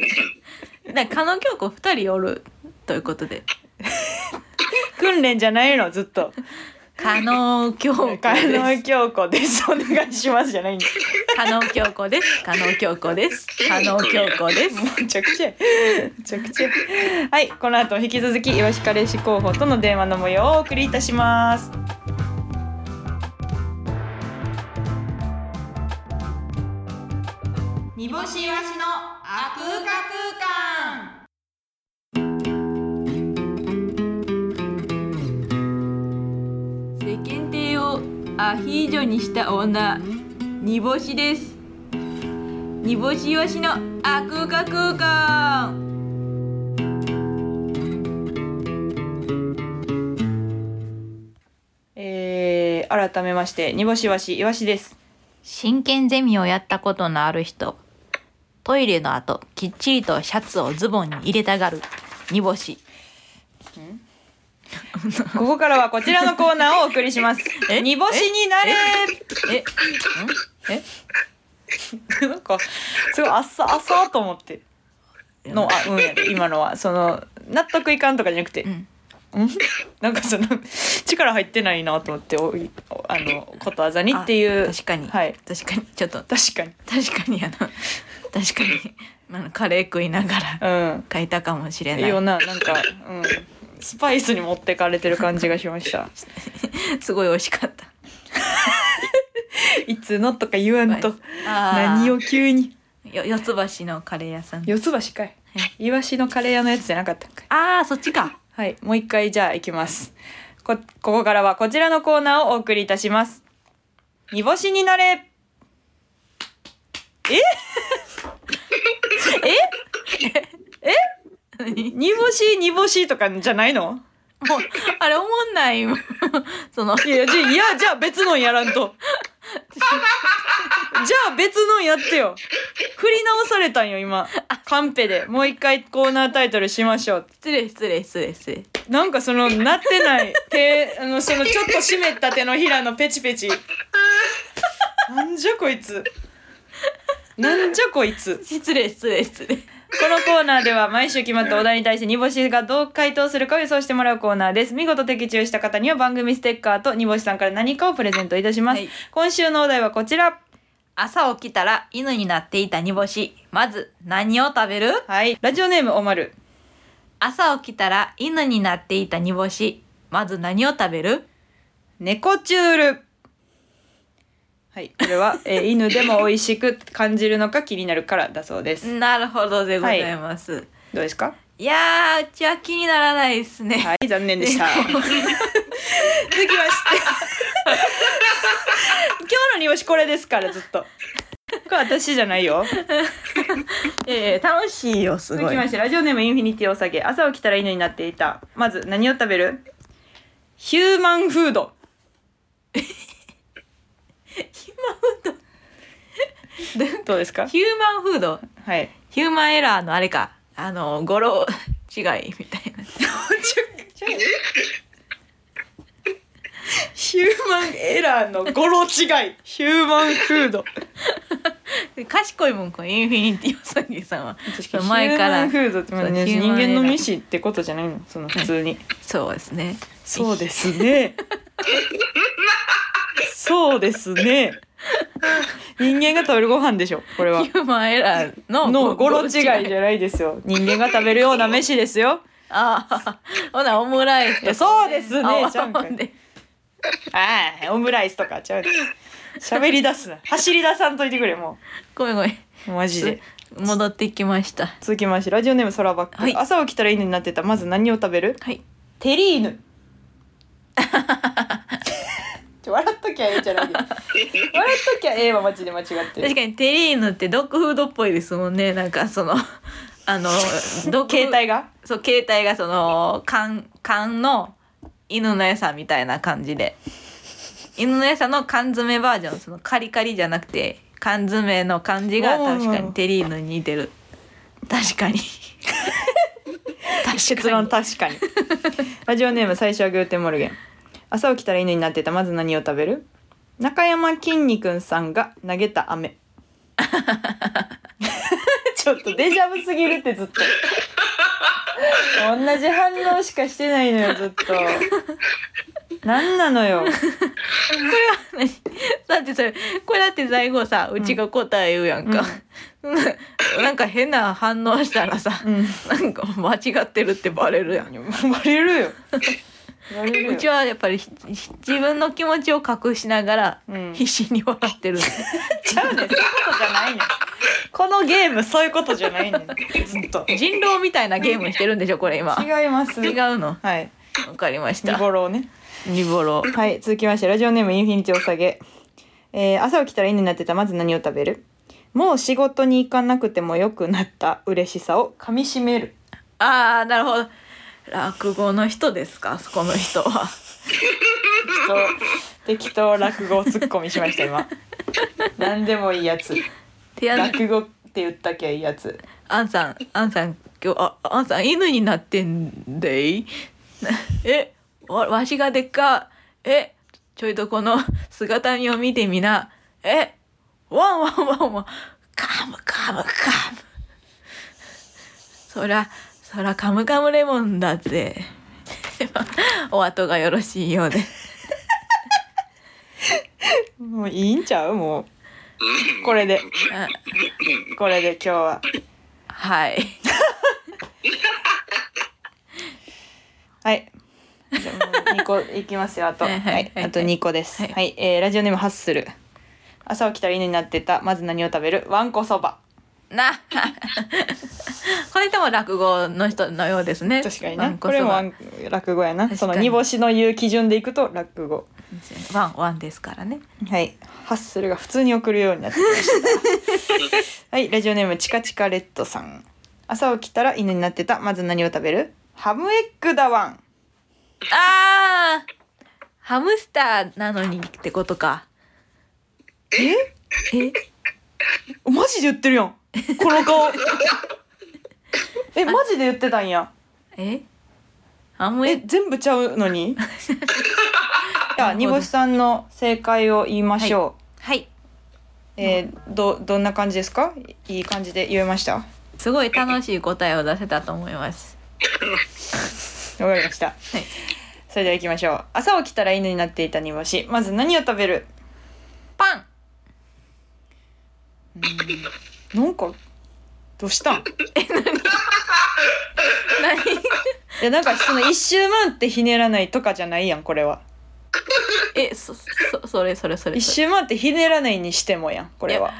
Speaker 2: ら狩野京子二人おるということで
Speaker 1: 訓練じゃないの、ずっと。
Speaker 2: 狩野京子
Speaker 1: 加納
Speaker 2: です
Speaker 1: 京子です。お願いします。じゃないんです。
Speaker 2: 狩野京子です狩野京子です狩野京子です
Speaker 1: むちゃくちゃや。むちゃくちゃや。はい、この後、引き続き、よし彼氏候補との電話の模様をお送りいたします。
Speaker 13: 煮干しわしのあ空間空間世間体をアヒージョにした女煮干しです煮干しわしのあ空間空間
Speaker 1: えー、改めまして、煮干しわし、いわしです。
Speaker 2: 真剣ゼミをやったことのある人トイレの後きっちりとシャツをズボンに入れたがる煮干し
Speaker 1: ここからはこちらのコーナーをお送りし ます。
Speaker 2: え
Speaker 1: 煮干しになれ
Speaker 2: え
Speaker 1: なんかすごいあっさあっさと思ってのあうんやで今のはその納得いかんとかじゃなくて、
Speaker 2: うん
Speaker 1: うんなんかその力入ってないなと思っておいおあのことわざにっていう
Speaker 2: あ確かに、
Speaker 1: はい
Speaker 2: 確かにちょっと
Speaker 1: 確
Speaker 2: 確かにあの確かにあのカレー食いながら
Speaker 1: か
Speaker 2: 書いたかもしれ
Speaker 1: にう
Speaker 2: なんい
Speaker 1: ようななんかうんスパイスに持ってかれてる感じがしました。
Speaker 2: すごい美味しかった
Speaker 1: いつのとか言わんと
Speaker 2: あー
Speaker 1: 何を急に
Speaker 2: よ四つ橋のカレー屋さ ん
Speaker 1: 四つ橋かいイワシのカレー屋のやつじゃなかったんかい。
Speaker 2: あーそっ ちか
Speaker 1: はい、もう一回じゃあ行きます。こ、ここからはこちらのコーナーをお送りいたします。煮干しになれ。え ええ煮干し煮干しとかじゃないの
Speaker 2: もうあれ思んない もうその
Speaker 1: いや、じゃあ、いや、じゃあ別のんやらんと。じゃあ別のんやってよ。振り直されたんよ、今。カンペで。もう一回コーナータイトルしましょう。
Speaker 2: 失礼失礼失礼失礼
Speaker 1: なんかそのなってない手あのそのちょっと湿った手のひらのペチペチなんじゃこいつなんじゃこいつ
Speaker 2: 失礼失礼失礼
Speaker 1: このコーナーでは毎週決まったお題に対して煮干しがどう回答するかを予想してもらうコーナーです見事的中した方には番組ステッカーと煮干しさんから何かをプレゼントいたします、
Speaker 2: はい
Speaker 1: 今週のお題はこちら
Speaker 2: 朝起きたら犬になっていた煮干しまず何を食べる
Speaker 1: はいラジオネームおまる
Speaker 2: 朝起きたら犬になっていた煮干しまず何を食べる
Speaker 1: 猫チュールはいこれは、えー犬でも美味しく感じるのか気になるからだそうです
Speaker 2: なるほどでございます、い、
Speaker 1: どうですか
Speaker 2: やーうちは気にならないですね、
Speaker 1: はい、残念でした。 続き まして。今日の煮干しこれですから、ずっと。これ私じゃないよ。
Speaker 2: ええ楽しいよす
Speaker 1: 続きまして、ラジオネームインフィニティお酒。朝起きたら犬になっていた。まず、何を食べるヒューマンフー ド。ヒューマンフードどうですか
Speaker 2: ヒューマンフード
Speaker 1: はい。
Speaker 2: ヒューマンエラーのあれかあの語呂違いみたいな
Speaker 1: ヒューマンエラーの語呂違い。ヒューマンフード。
Speaker 2: で賢いもんこのインフィニティおさぎさんは
Speaker 1: 確かに
Speaker 2: 前から
Speaker 1: ヒューマンフードってまあね
Speaker 2: そうヒュー
Speaker 1: 人
Speaker 2: マンエ
Speaker 1: 間
Speaker 2: ラー
Speaker 1: の飯ってことじゃないのその普通に、
Speaker 2: そうですね
Speaker 1: そうですねそうですね人間が食べるご飯でしょこれは
Speaker 2: ヒューマンエラーの
Speaker 1: の語呂違いじゃ
Speaker 2: あ
Speaker 1: ないですよ人間が食べるような飯ですよ
Speaker 2: あーほなオムライスと
Speaker 1: いやそうですね
Speaker 2: あ
Speaker 1: ちゃうんかい
Speaker 2: で
Speaker 1: ああオムライスとかちゃうで喋り出すな走り出さんといてくれも
Speaker 2: ごめんごめん
Speaker 1: うマジで
Speaker 2: 戻ってきました
Speaker 1: 続きましてラジオネーム空バック、
Speaker 2: はい
Speaker 1: 朝起きたら犬になってたまず何を食べる
Speaker 2: はい
Speaker 1: テリーヌ。ちょ笑っときゃええじゃないよ。笑っときゃええはマジで間違って
Speaker 2: 確
Speaker 1: る。
Speaker 2: かにテリーヌってドッグフードっぽいですもんねなんかそのあのドッグ
Speaker 1: 携帯が
Speaker 2: そう携帯がその缶缶の犬の餌みたいな感じで犬の餌の缶詰バージョンそのカリカリじゃなくて缶詰の感じが確かにテリーヌに似てる確かに 確
Speaker 1: 結
Speaker 2: か
Speaker 1: 論
Speaker 2: に
Speaker 1: 確かにラジオネーム最初はグーテンモルゲン朝起きたら犬になってたまず何を食べる中山きんに君さんが投げた飴 ちょっとデジャブすぎるってずっと同じ反応しかしてないのよずっと何なのよ
Speaker 2: だってそれこれだって最後さうちが答え言うやんか、 なんか変な反応したらさ、
Speaker 1: うん
Speaker 2: なんか間違ってるってバレるやん
Speaker 1: バレるよバレるよ
Speaker 2: うちはやっぱりひひ自分の気持ちを隠しながら
Speaker 1: うん
Speaker 2: 必死に笑ってる、
Speaker 1: ちゃうねんそういうことじゃないねんこのゲームそういうことじゃないねんずっと
Speaker 2: 人狼みたいなゲームしてるんでしょこれ今
Speaker 1: 違います
Speaker 2: 違うの
Speaker 1: はい
Speaker 2: わかりまし
Speaker 1: 見
Speaker 2: た
Speaker 1: 頃をね
Speaker 2: ニボロ
Speaker 1: はい、続きましてラジオネームインフィニティおさげ、えー朝起きたら犬になってたまず何を食べるもう仕事に行かなくても良くなった嬉しさを噛みしめる
Speaker 2: ああなるほど落語の人ですかそこの人は
Speaker 1: と適当落語ツッコミしました今何でもいいやつ
Speaker 2: てや
Speaker 1: 落語って言ったきゃいいやつ
Speaker 2: あんさんあんさん今日ああんさん犬になってんでい えわわしがでっかえちょいとこの 姿見を見てみなえワンワンワンワンカムカムカムそらそらカムカムレモンだぜ お後がよろしいようで
Speaker 1: もういいんちゃうもうこれで
Speaker 2: あ
Speaker 1: これで今日は
Speaker 2: はい
Speaker 1: はい。じゃあもう2個いきますよ、あと。は
Speaker 2: はいはい
Speaker 1: い。
Speaker 2: はい
Speaker 1: あと2個です。
Speaker 2: はい
Speaker 1: はい。えーラジオネームハッスル。朝起きたら犬になってた、まず何を食べるわんこそば。
Speaker 2: な これとも落語の人のようですね
Speaker 1: 確かに
Speaker 2: わ
Speaker 1: な。
Speaker 2: ん
Speaker 1: こ
Speaker 2: そば
Speaker 1: れもわん落語やな。
Speaker 2: 確かに
Speaker 1: その煮干しの言う基準でいくと落語。
Speaker 2: ワンワンですからね
Speaker 1: はい。ハッスルが普通に送るようになってきました。はい。ラジオネームチカチカレッドさん。朝起きたら犬になってた、まず何を食べるハムエッグだわん。
Speaker 2: あーハムスターなのにってことか。ええ
Speaker 1: マジで言ってるやん。この 顔。え、マジで言ってたんや。
Speaker 2: えハム
Speaker 1: え
Speaker 2: エッグ
Speaker 1: 全部ちゃうの にじゃあ煮干しさんの正解を言いましょ
Speaker 2: はい。
Speaker 1: う、えーどどんな感じですかいいい感じで言えましたわ
Speaker 2: すごい楽しい答えを出せたと思います。
Speaker 1: かりました、それでは行きましょう朝起きたら犬になっていた煮干しまず何を食べる
Speaker 2: パン
Speaker 1: なんかどうしたん
Speaker 2: 何
Speaker 1: いやなんかその一周回ってひねらないとかじゃないやんこれは
Speaker 2: え、そ、そ、それそれそれ
Speaker 1: 一
Speaker 2: それ。
Speaker 1: 周回ってひねらないにしてもやんこれは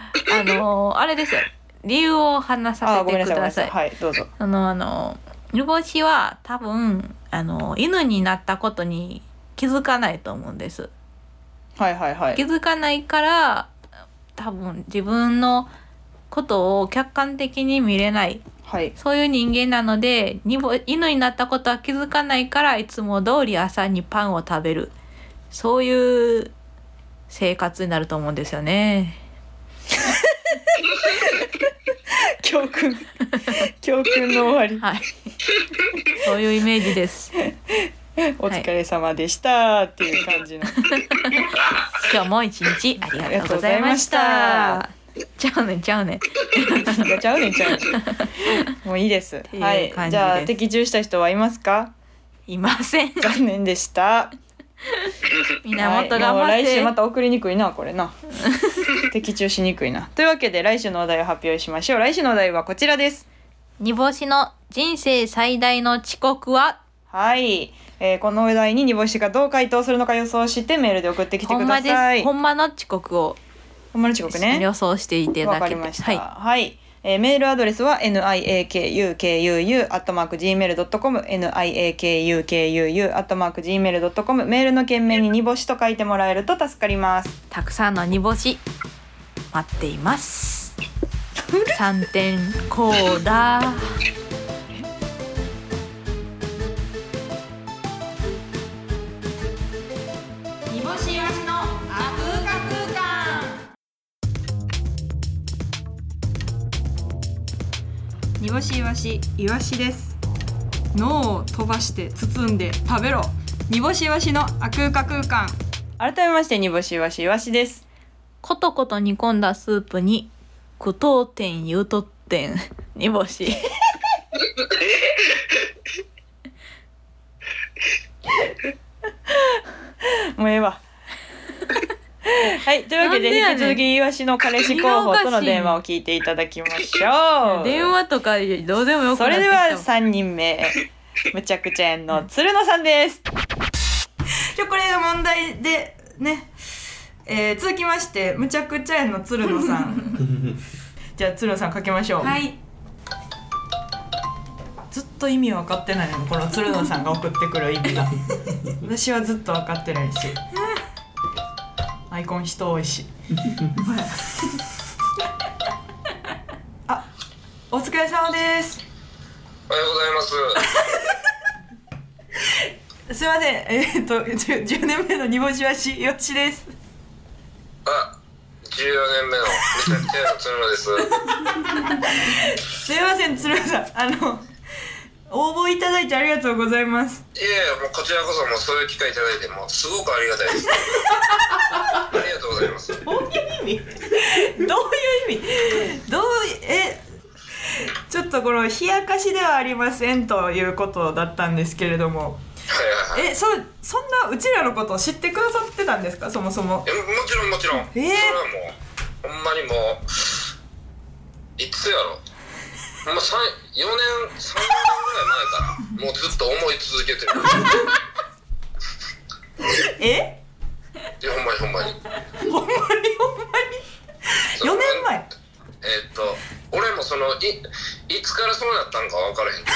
Speaker 2: あのーあれですよ。理由を話
Speaker 1: あー
Speaker 2: さ
Speaker 1: ご
Speaker 2: せ
Speaker 1: めん
Speaker 2: て
Speaker 1: な
Speaker 2: く
Speaker 1: さいごめんなさい
Speaker 2: ださい。
Speaker 1: はいどうぞ
Speaker 2: あの、あの、煮干しは多分、あの、犬になったことに気づかないと思うんです。
Speaker 1: はいはいは
Speaker 2: 気
Speaker 1: い
Speaker 2: づかないから多分自分のことを客観的に見れない
Speaker 1: はい
Speaker 2: そういう人間なのでにぼ犬になったことは気づかないからいつも通り朝にパンを食べるそういう生活になると思うんですよね。
Speaker 1: 教訓教訓の終わり
Speaker 2: はい、 そういうイメージです。
Speaker 1: お疲れ様でした、っていう感 じの。
Speaker 2: 今日も一日ありがとうございまし
Speaker 1: あ
Speaker 2: た。ちゃうねんちゃうねん。
Speaker 1: いやちゃうねんちゃうねんもういいです。
Speaker 2: いう
Speaker 1: は
Speaker 2: 感
Speaker 1: い、
Speaker 2: じ
Speaker 1: じゃあ
Speaker 2: です
Speaker 1: 的中した人はいますか？
Speaker 2: いません。
Speaker 1: 残念でした。
Speaker 2: みんなもっと頑
Speaker 1: はいもう
Speaker 2: 張っ
Speaker 1: 来
Speaker 2: て。
Speaker 1: 週また送りにくいなこれ な。的中しにくいな。というわけで来週のお題を発表しましょう。来週のお題はこちらです。
Speaker 2: 煮干しの人生最大の遅刻は
Speaker 1: はい、えーこのお題に煮干しがどう回答するのか予想してメールで送ってきて
Speaker 2: ほ
Speaker 1: く
Speaker 2: んま
Speaker 1: だ
Speaker 2: で
Speaker 1: さ
Speaker 2: す。
Speaker 1: い。
Speaker 2: ほ
Speaker 1: ほん
Speaker 2: んまの遅刻を
Speaker 1: まの遅刻ね。
Speaker 2: 予想していた
Speaker 1: わ
Speaker 2: だ
Speaker 1: か
Speaker 2: け
Speaker 1: り
Speaker 2: て、
Speaker 1: ました。は、
Speaker 2: はいい、
Speaker 1: えーメールアドレスは n i a k u k u u アットマーク g m a i l ドットコム n i a k u k u u アットマーク g m a i l ドットコムメールの件名に煮干しと書いてもらえると助かります。
Speaker 2: たくさんの煮干し待っています。三点コーダー。
Speaker 14: 煮干しわしのアフーカ空間
Speaker 2: 煮干しイワシ
Speaker 1: イワシです脳を飛ばして包んで食べろ煮干しイワシのあ空間空間
Speaker 15: 改めまして煮干しイワシイワシです
Speaker 16: コトコト煮込んだスープに苦闘点言うと ってん煮干し
Speaker 15: もうええ わはいというわけで
Speaker 16: なんでやねん
Speaker 15: 引き続きイワシの彼氏候補との電話を聞いていただきましょう
Speaker 16: 電話とかどうでもよくな
Speaker 15: そ
Speaker 16: っ
Speaker 15: れ
Speaker 16: てき
Speaker 15: で
Speaker 16: た
Speaker 15: は三人目むちゃくちゃ園 の鶴野さんです
Speaker 1: じゃあこれが問題でね、えー続きましてむちゃくちゃ園の鶴野さん じゃあ鶴野さん書きましょう、
Speaker 2: はい
Speaker 1: ずっと意味分かってないのこの鶴野さんが送ってくる意 味が私はずっと分かってないしアイコン人多 いしあお疲れ様です
Speaker 3: おはようございます。
Speaker 1: すいませんえーっと 10, 10年目の煮干しわしよしです
Speaker 3: あ、14年目のめちゃくちゃの鶴野です。
Speaker 1: すいません鶴野さんあの応募いただいてありがとうございます
Speaker 3: いやいや、もうこちらこそもうそういう機会いただいてもうすごくありがたいです。ありがとうございます。
Speaker 1: どういう意味 どういう意味どうえちょっとこの冷やかしではありませんということだったんですけれども
Speaker 3: はいはいはい。
Speaker 1: えそそんなうちらのことを知ってくださってたんですかそもそも
Speaker 3: えもちろんもちろん。
Speaker 1: えー
Speaker 3: それはもう、ほんまにもう、いつやろ。ほんま三4年、3年ぐらい前から、もうずっと思い続けてる。
Speaker 1: え
Speaker 3: いや、ほんまにほんまに。
Speaker 1: ほんまにほんま
Speaker 3: そ
Speaker 1: に
Speaker 3: の
Speaker 1: 4年前
Speaker 3: えーっと俺もそのいいつからそうなったんか分からへんけ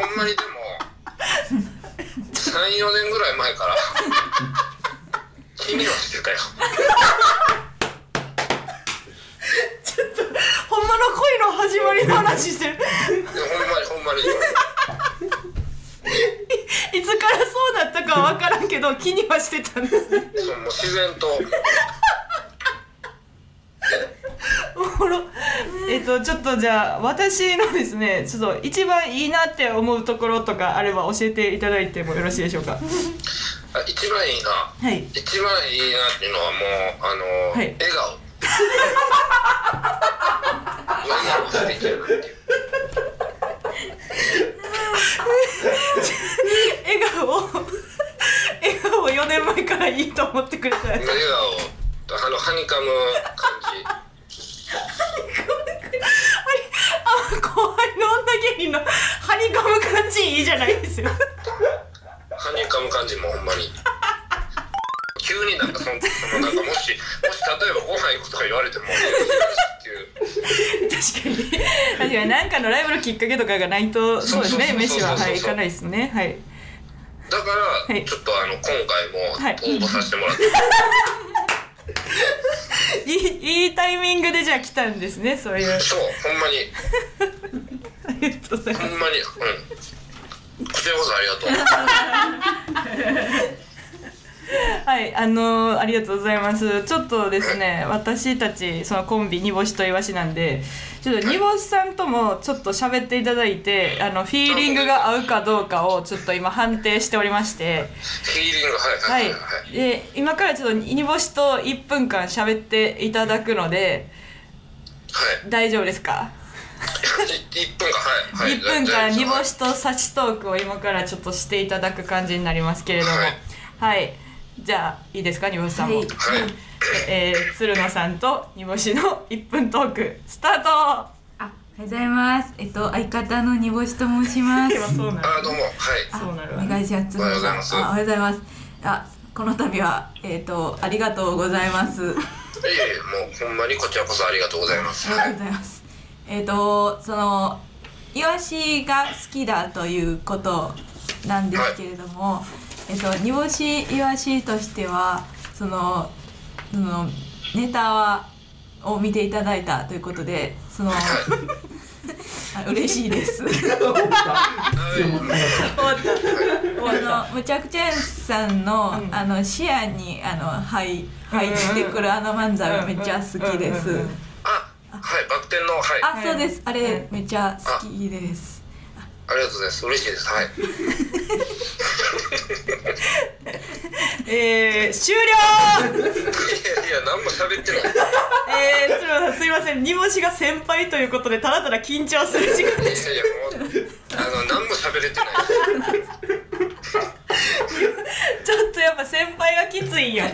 Speaker 3: どほんまにでも34年ぐらい前から 気にはしてたよ
Speaker 1: ほんまの恋の始まりの話してる
Speaker 3: でほんまにほんま に
Speaker 1: いつからそうなったかは分からんけ ど気にはしてたんですね
Speaker 3: そうもう自然と
Speaker 1: おもろえっとちょっとじゃあ私のですねちょっと一番いいなって思うところとかあれば教えていただいてもよろしいでしょうか
Speaker 3: あ一番いいな
Speaker 1: はい
Speaker 3: 一番いいなっていうのはもうあの、
Speaker 1: はい
Speaker 3: 笑顔笑顔していけるっていう
Speaker 1: 笑顔を 笑顔を4年前からいいと思ってくれたやつ
Speaker 3: 笑顔あのハニカム感じ
Speaker 1: あ後輩の女芸人のハニカム感じいいじゃないですよ
Speaker 3: ハニカム感じもほんまに急になんかそのそのなんかもしもし例えばご飯行くとか言われてもいやいやいやっていう
Speaker 1: 確かに 確かに何かのライブのきっかけとかがないとそうですね
Speaker 3: そうそうそうそう
Speaker 1: 飯はは
Speaker 3: そうそうそう
Speaker 1: い行かないですねはい
Speaker 3: だか
Speaker 1: は
Speaker 3: ら
Speaker 1: い
Speaker 3: ちょっとあの今回も
Speaker 1: はい
Speaker 3: 応募させてもらって、
Speaker 1: いいいいタイミングでじゃあ来たんですねそう いう
Speaker 3: そうほんまに
Speaker 1: ありがとうございます
Speaker 3: ほんまにうんこちらこそあ りがとう
Speaker 1: はい、あのーありがとうございます。ちょっとですね、私たちそのコンビ煮干しとイワシなんで、ちょっと煮干しさんともちょっと喋っていただいて、あのフィーリングが合うかどうかをちょっと今判定しておりまして、
Speaker 3: ヒーリングは
Speaker 1: はいい
Speaker 3: いははい、はい、。
Speaker 1: で今からちょっと煮干しと1分間喋っていただくので、大丈夫ですか？
Speaker 3: はい、1分間はい
Speaker 1: 1分間
Speaker 3: はい
Speaker 1: 煮干
Speaker 3: し
Speaker 1: しとサチトークを今からちょっとしていただく感じになりますけれども、
Speaker 3: は
Speaker 1: はいい、じゃあいいですか煮干しさんも。
Speaker 2: はい
Speaker 3: はい
Speaker 1: えー、鶴野さんと煮干しの1分トークスタート
Speaker 2: あおはようございますえっと相方の煮干しと申し ます
Speaker 1: 今そうなる
Speaker 3: あどうもはい
Speaker 2: あ
Speaker 1: そうなるわ
Speaker 2: お願いします。
Speaker 3: おはようございます
Speaker 2: あおはようございます。あ、この度は、えっ、と、ありがとうござい ます。
Speaker 3: いえいえもうほんまにこちらこそありがとうございます
Speaker 2: ありがとうございます。えっ、と、その、イワシが好きだということなんですけれども、えっ、と、煮干しイワシとしては、その、その、ネタは、を見ていただいたということで、その、 あ嬉しいです。あのむちゃくちゃさんの、
Speaker 1: ん
Speaker 2: あの視野にあの入入ってくるあの漫才はめっちゃ好きです。
Speaker 1: うんうんうんうん
Speaker 3: あはいバッ楽天のはいあ
Speaker 17: あ、そうです。あれ、めっちゃ好きです。
Speaker 3: りがとうございます嬉しい ですはい
Speaker 1: えー、終了
Speaker 3: いやいや何も喋ってない
Speaker 1: えー、鶴間さんすいません煮干しが先輩ということでただただ緊張する時間
Speaker 3: いやいやもうあの 何も喋れてない
Speaker 1: ちょっとやっぱ先輩がきつ いんや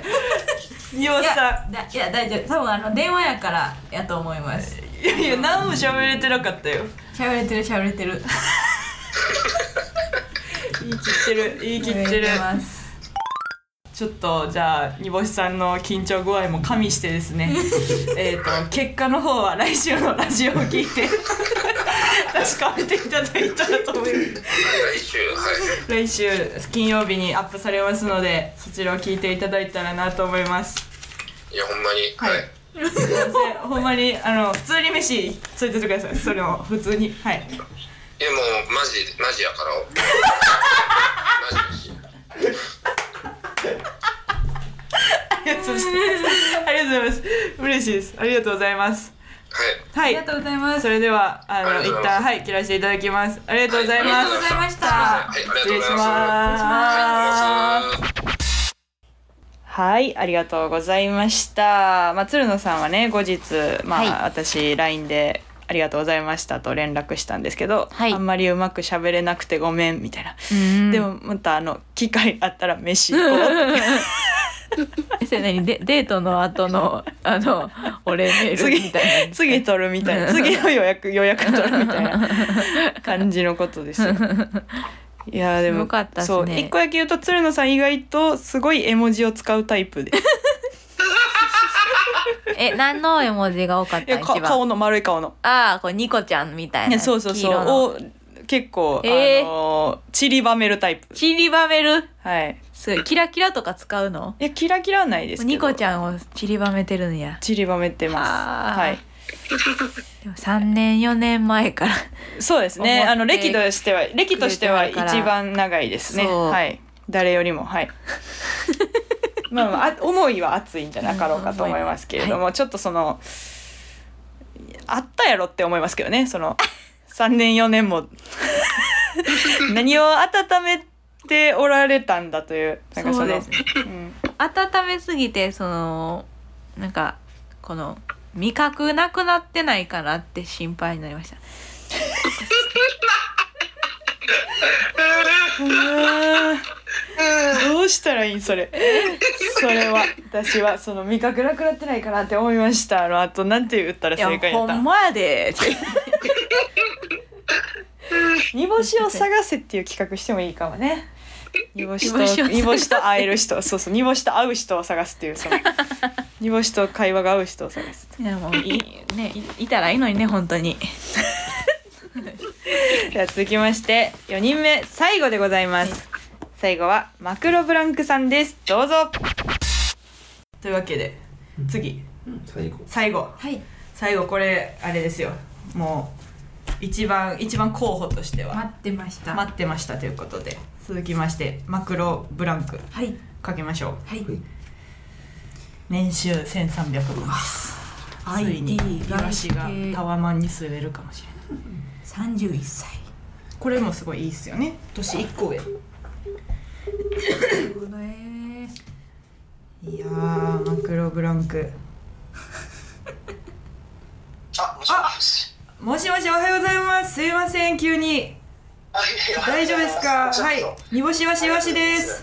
Speaker 1: 煮干
Speaker 17: い
Speaker 1: しさ
Speaker 17: や、だいや大丈夫。多分あの電話やからやと思います。
Speaker 1: んいやいや何も喋れてなかったよ
Speaker 17: 喋れてる喋れてる。
Speaker 1: 言い切ってる言い切ってる
Speaker 17: ます。
Speaker 1: ちょっとじゃあ煮干しさんの緊張具合も加味してです ねえーと結果の方は来週のラジオを聞い て確かめていただいたらと思います
Speaker 3: 来週は
Speaker 1: 来
Speaker 3: い
Speaker 1: 週金曜日にアップされますのでそちらを聞いていただいたらなと思います
Speaker 3: いやほんまにはい、
Speaker 1: はいでほんまにあの普通に飯ついててくださいそれも普通に はい
Speaker 3: いやもうマジマジやからマジです
Speaker 1: ありがとうございますありがとうございます嬉しいですありがとうございます
Speaker 3: はい
Speaker 17: あ
Speaker 1: はい
Speaker 17: りがとうございます。
Speaker 1: それではあの
Speaker 3: あり
Speaker 1: 一
Speaker 3: がとうございま
Speaker 1: 旦
Speaker 3: す
Speaker 1: はい切らせていただきますありがとうございます、
Speaker 17: ありがとうございました
Speaker 3: はい、ありがとうございます。
Speaker 1: ます
Speaker 3: す。
Speaker 1: はい、ありがとうございました。まあ、鶴野さんはね、後日、まあ、
Speaker 2: はい
Speaker 1: 私 LINE で。ありがとうございましたと連絡したんですけど、
Speaker 2: はい
Speaker 1: あんまりうまく喋れなくてごめんみたいな、
Speaker 2: で
Speaker 1: で
Speaker 2: も
Speaker 1: もまたあの機会あったら飯行こう
Speaker 2: それ何デデートの後のあの俺 メールみたい な
Speaker 1: 次取るみたいな次の予約予約取るみたいな 感じのことですよ。いやーですも
Speaker 2: ごかったっすね
Speaker 1: そう一個だけ言うと鶴野さん意外とすごい絵文字を使うタイ プで
Speaker 2: え何の絵文字が多かっ
Speaker 1: い
Speaker 2: た
Speaker 1: や
Speaker 2: 一
Speaker 1: か
Speaker 2: 番
Speaker 1: 顔の丸い顔の。
Speaker 2: ああこれニコちゃんみたい
Speaker 1: ね、
Speaker 2: な
Speaker 1: そうそう
Speaker 2: 黄
Speaker 1: そ
Speaker 2: 色
Speaker 1: う
Speaker 2: の
Speaker 1: を結構、
Speaker 2: えー
Speaker 1: あのー散りばめるタイプ
Speaker 2: 散りばめる
Speaker 1: はい
Speaker 2: すごいキラキラとか使うの
Speaker 1: いやキラキラはないですけど
Speaker 2: ニコち
Speaker 1: ゃん
Speaker 2: ゃんを散りばめてるんや
Speaker 1: 散りばめてます
Speaker 2: はあ
Speaker 1: はい
Speaker 2: でも3年4年前から
Speaker 1: そうですね
Speaker 2: 思って
Speaker 1: あの歴としては歴としては
Speaker 2: くれてはるから
Speaker 1: 一番長いですね
Speaker 2: そう
Speaker 1: はい誰よりも はいまあまああ思いは熱いんじゃなかろうかと思いますけれども、ちょっとそのあったやろって思いますけどねその3年4年 も何を温めておられたんだというなんかその
Speaker 2: そうですね
Speaker 1: うん
Speaker 2: 温めすぎてそのなんかこの味覚なくなってないかなって心配になりました
Speaker 1: どうしたらいいんそれそれは私はその味覚なくなってないかなって思いましたあのあとなんて言ったら
Speaker 2: いや
Speaker 1: 正解だった
Speaker 2: ほんま やで
Speaker 1: 煮干しを探せっていう企画してもいいかもね煮干しと
Speaker 2: 煮干しを探せ
Speaker 1: 煮干しと会える人そうそう煮干しと会う人を探すっていうその煮干しと会話が合う人を探す
Speaker 2: いやもういねいいたらいいのにね本当に
Speaker 1: では続きまして4人目最後でございます最後はマクロブランクさんですどうぞ
Speaker 18: というわけで次
Speaker 7: うん最後
Speaker 18: 最後
Speaker 17: はい。
Speaker 18: 最後これあれですよもう一番一番候補としては
Speaker 17: 待ってました。
Speaker 18: 待ってましたということで続きましてマクロブランク
Speaker 17: はい。
Speaker 18: かけましょう
Speaker 17: はい。
Speaker 18: 年収1300万ですついに
Speaker 17: IT
Speaker 18: イワシがタワマンに据えれるかもしれない
Speaker 17: 三十一歳。
Speaker 18: これもすごいいいっすよね年1個上いやーマクロブランク
Speaker 19: あ、もしもし。
Speaker 18: もしもしおはようございますすいません急に
Speaker 19: あいやい
Speaker 18: 大
Speaker 19: や
Speaker 18: 丈夫ですか
Speaker 19: こちら
Speaker 18: はい
Speaker 19: こ
Speaker 18: 煮干しわしわしです。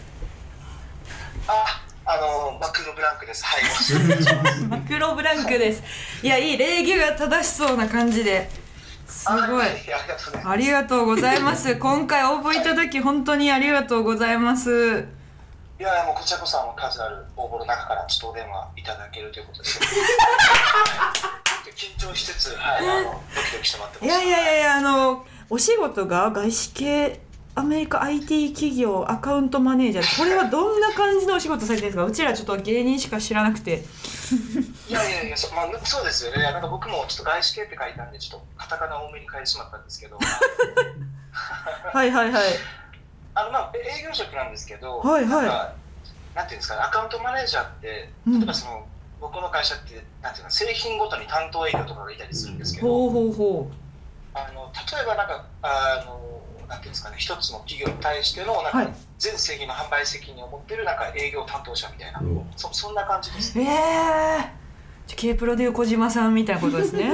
Speaker 19: あ、あのマクロブランクです。はい。よろしくお願いします
Speaker 18: マクロブランクですいやいい礼儀が正しそうな感じです
Speaker 19: あ
Speaker 18: ごい
Speaker 19: ややありがとうね。
Speaker 18: ありがとうございます今回応募いただき本当にありがとうございます
Speaker 19: いやいやもうこちらこそあの数ある応募の中からちょっとお電話いただけるということです。緊張しつつ、はい、あのドキドキして待って
Speaker 18: い
Speaker 19: ま
Speaker 18: や
Speaker 19: す。
Speaker 18: いやいやいやあのお仕事が外資系アメリカ IT 企業アカウントマネージャーこれはどんな感じのお仕事されてるんですかうちらちょっと芸人しか知らなくて
Speaker 19: いやいやいや、そ,、まあ、そうですよね。なんか僕もちょっと外資系って書いたんで、ちょっとカタカナ多めに書いてしまったんですけど、
Speaker 18: はいはいはい
Speaker 19: あのまあ営業職なんですけど、
Speaker 18: はいはい
Speaker 19: なんかなんていうんですかね、アカウントマネージャーって、
Speaker 18: うん
Speaker 19: 例えばその、僕の会社ってなんていうか製品ごとに担当営業とかがいたりするんですけけど、
Speaker 1: ほうほうほ
Speaker 19: あの例えばなんかあのなんていうんですかね一つの企業に対してのな
Speaker 1: は
Speaker 19: んか
Speaker 1: い
Speaker 19: 全製品の販売責任を持ってるなんか営業担当者みたいな、
Speaker 7: うん
Speaker 19: そそんな感じです
Speaker 1: うええー、K プロでいう小島さんみたいなことですね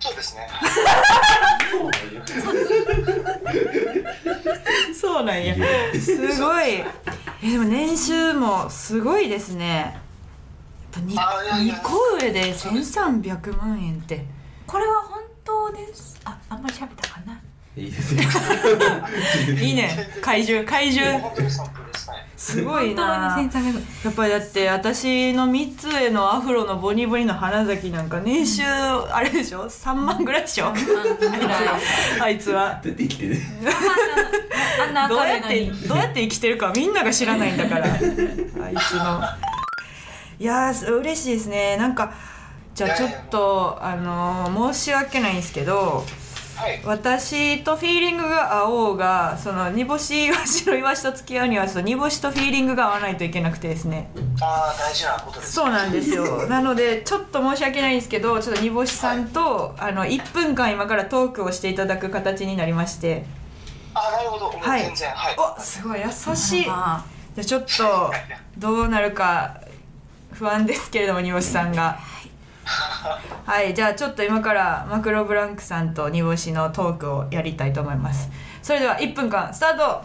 Speaker 19: そうですね
Speaker 1: そうなんやすごいえでも年収もすごいですねやっぱ
Speaker 19: あいや
Speaker 1: 2,
Speaker 19: いや
Speaker 1: 個上で1300万円って
Speaker 2: これは本当ですああんまり喋ったかない
Speaker 7: いですね。
Speaker 1: いいね怪獣怪獣
Speaker 19: 本当にサンプルですね
Speaker 1: すごいな
Speaker 2: 本当に1300円
Speaker 1: やっぱりだって私の3つへのアフロのボニボニの花咲なんか年収あれでしょ3万ぐらいでしょ あいつは
Speaker 7: 出てきてね。
Speaker 2: あんな
Speaker 1: どう
Speaker 2: 明
Speaker 1: やっ
Speaker 2: るい
Speaker 1: て
Speaker 2: のに
Speaker 1: どうやって生きてるかみんなが知らないんだからあいつのいやー嬉しいですねなんかじゃあちょっとあのー申し訳ないんですけど
Speaker 19: はい
Speaker 1: 私とフィーリングが合おうがその煮干しイワシのイワシと付き合うにはその煮干しとフィーリングが合わないといけなくてですね
Speaker 19: ああ大事なことです
Speaker 1: そうなんです よなのでちょっと申し訳ないんですけどちょっと煮干しさんと、あの1分間今からトークをしていただく形になりまして
Speaker 19: あーなるほど、もう
Speaker 1: はい
Speaker 19: 全然はい
Speaker 1: おすごい優しいじゃ
Speaker 2: あ
Speaker 1: あちょっとどうなるか不安ですけれども煮干しさんがはいじゃあちょっと今からマクロブランクさんと煮干しのトークをやりたいと思いますそれでは1分間スタート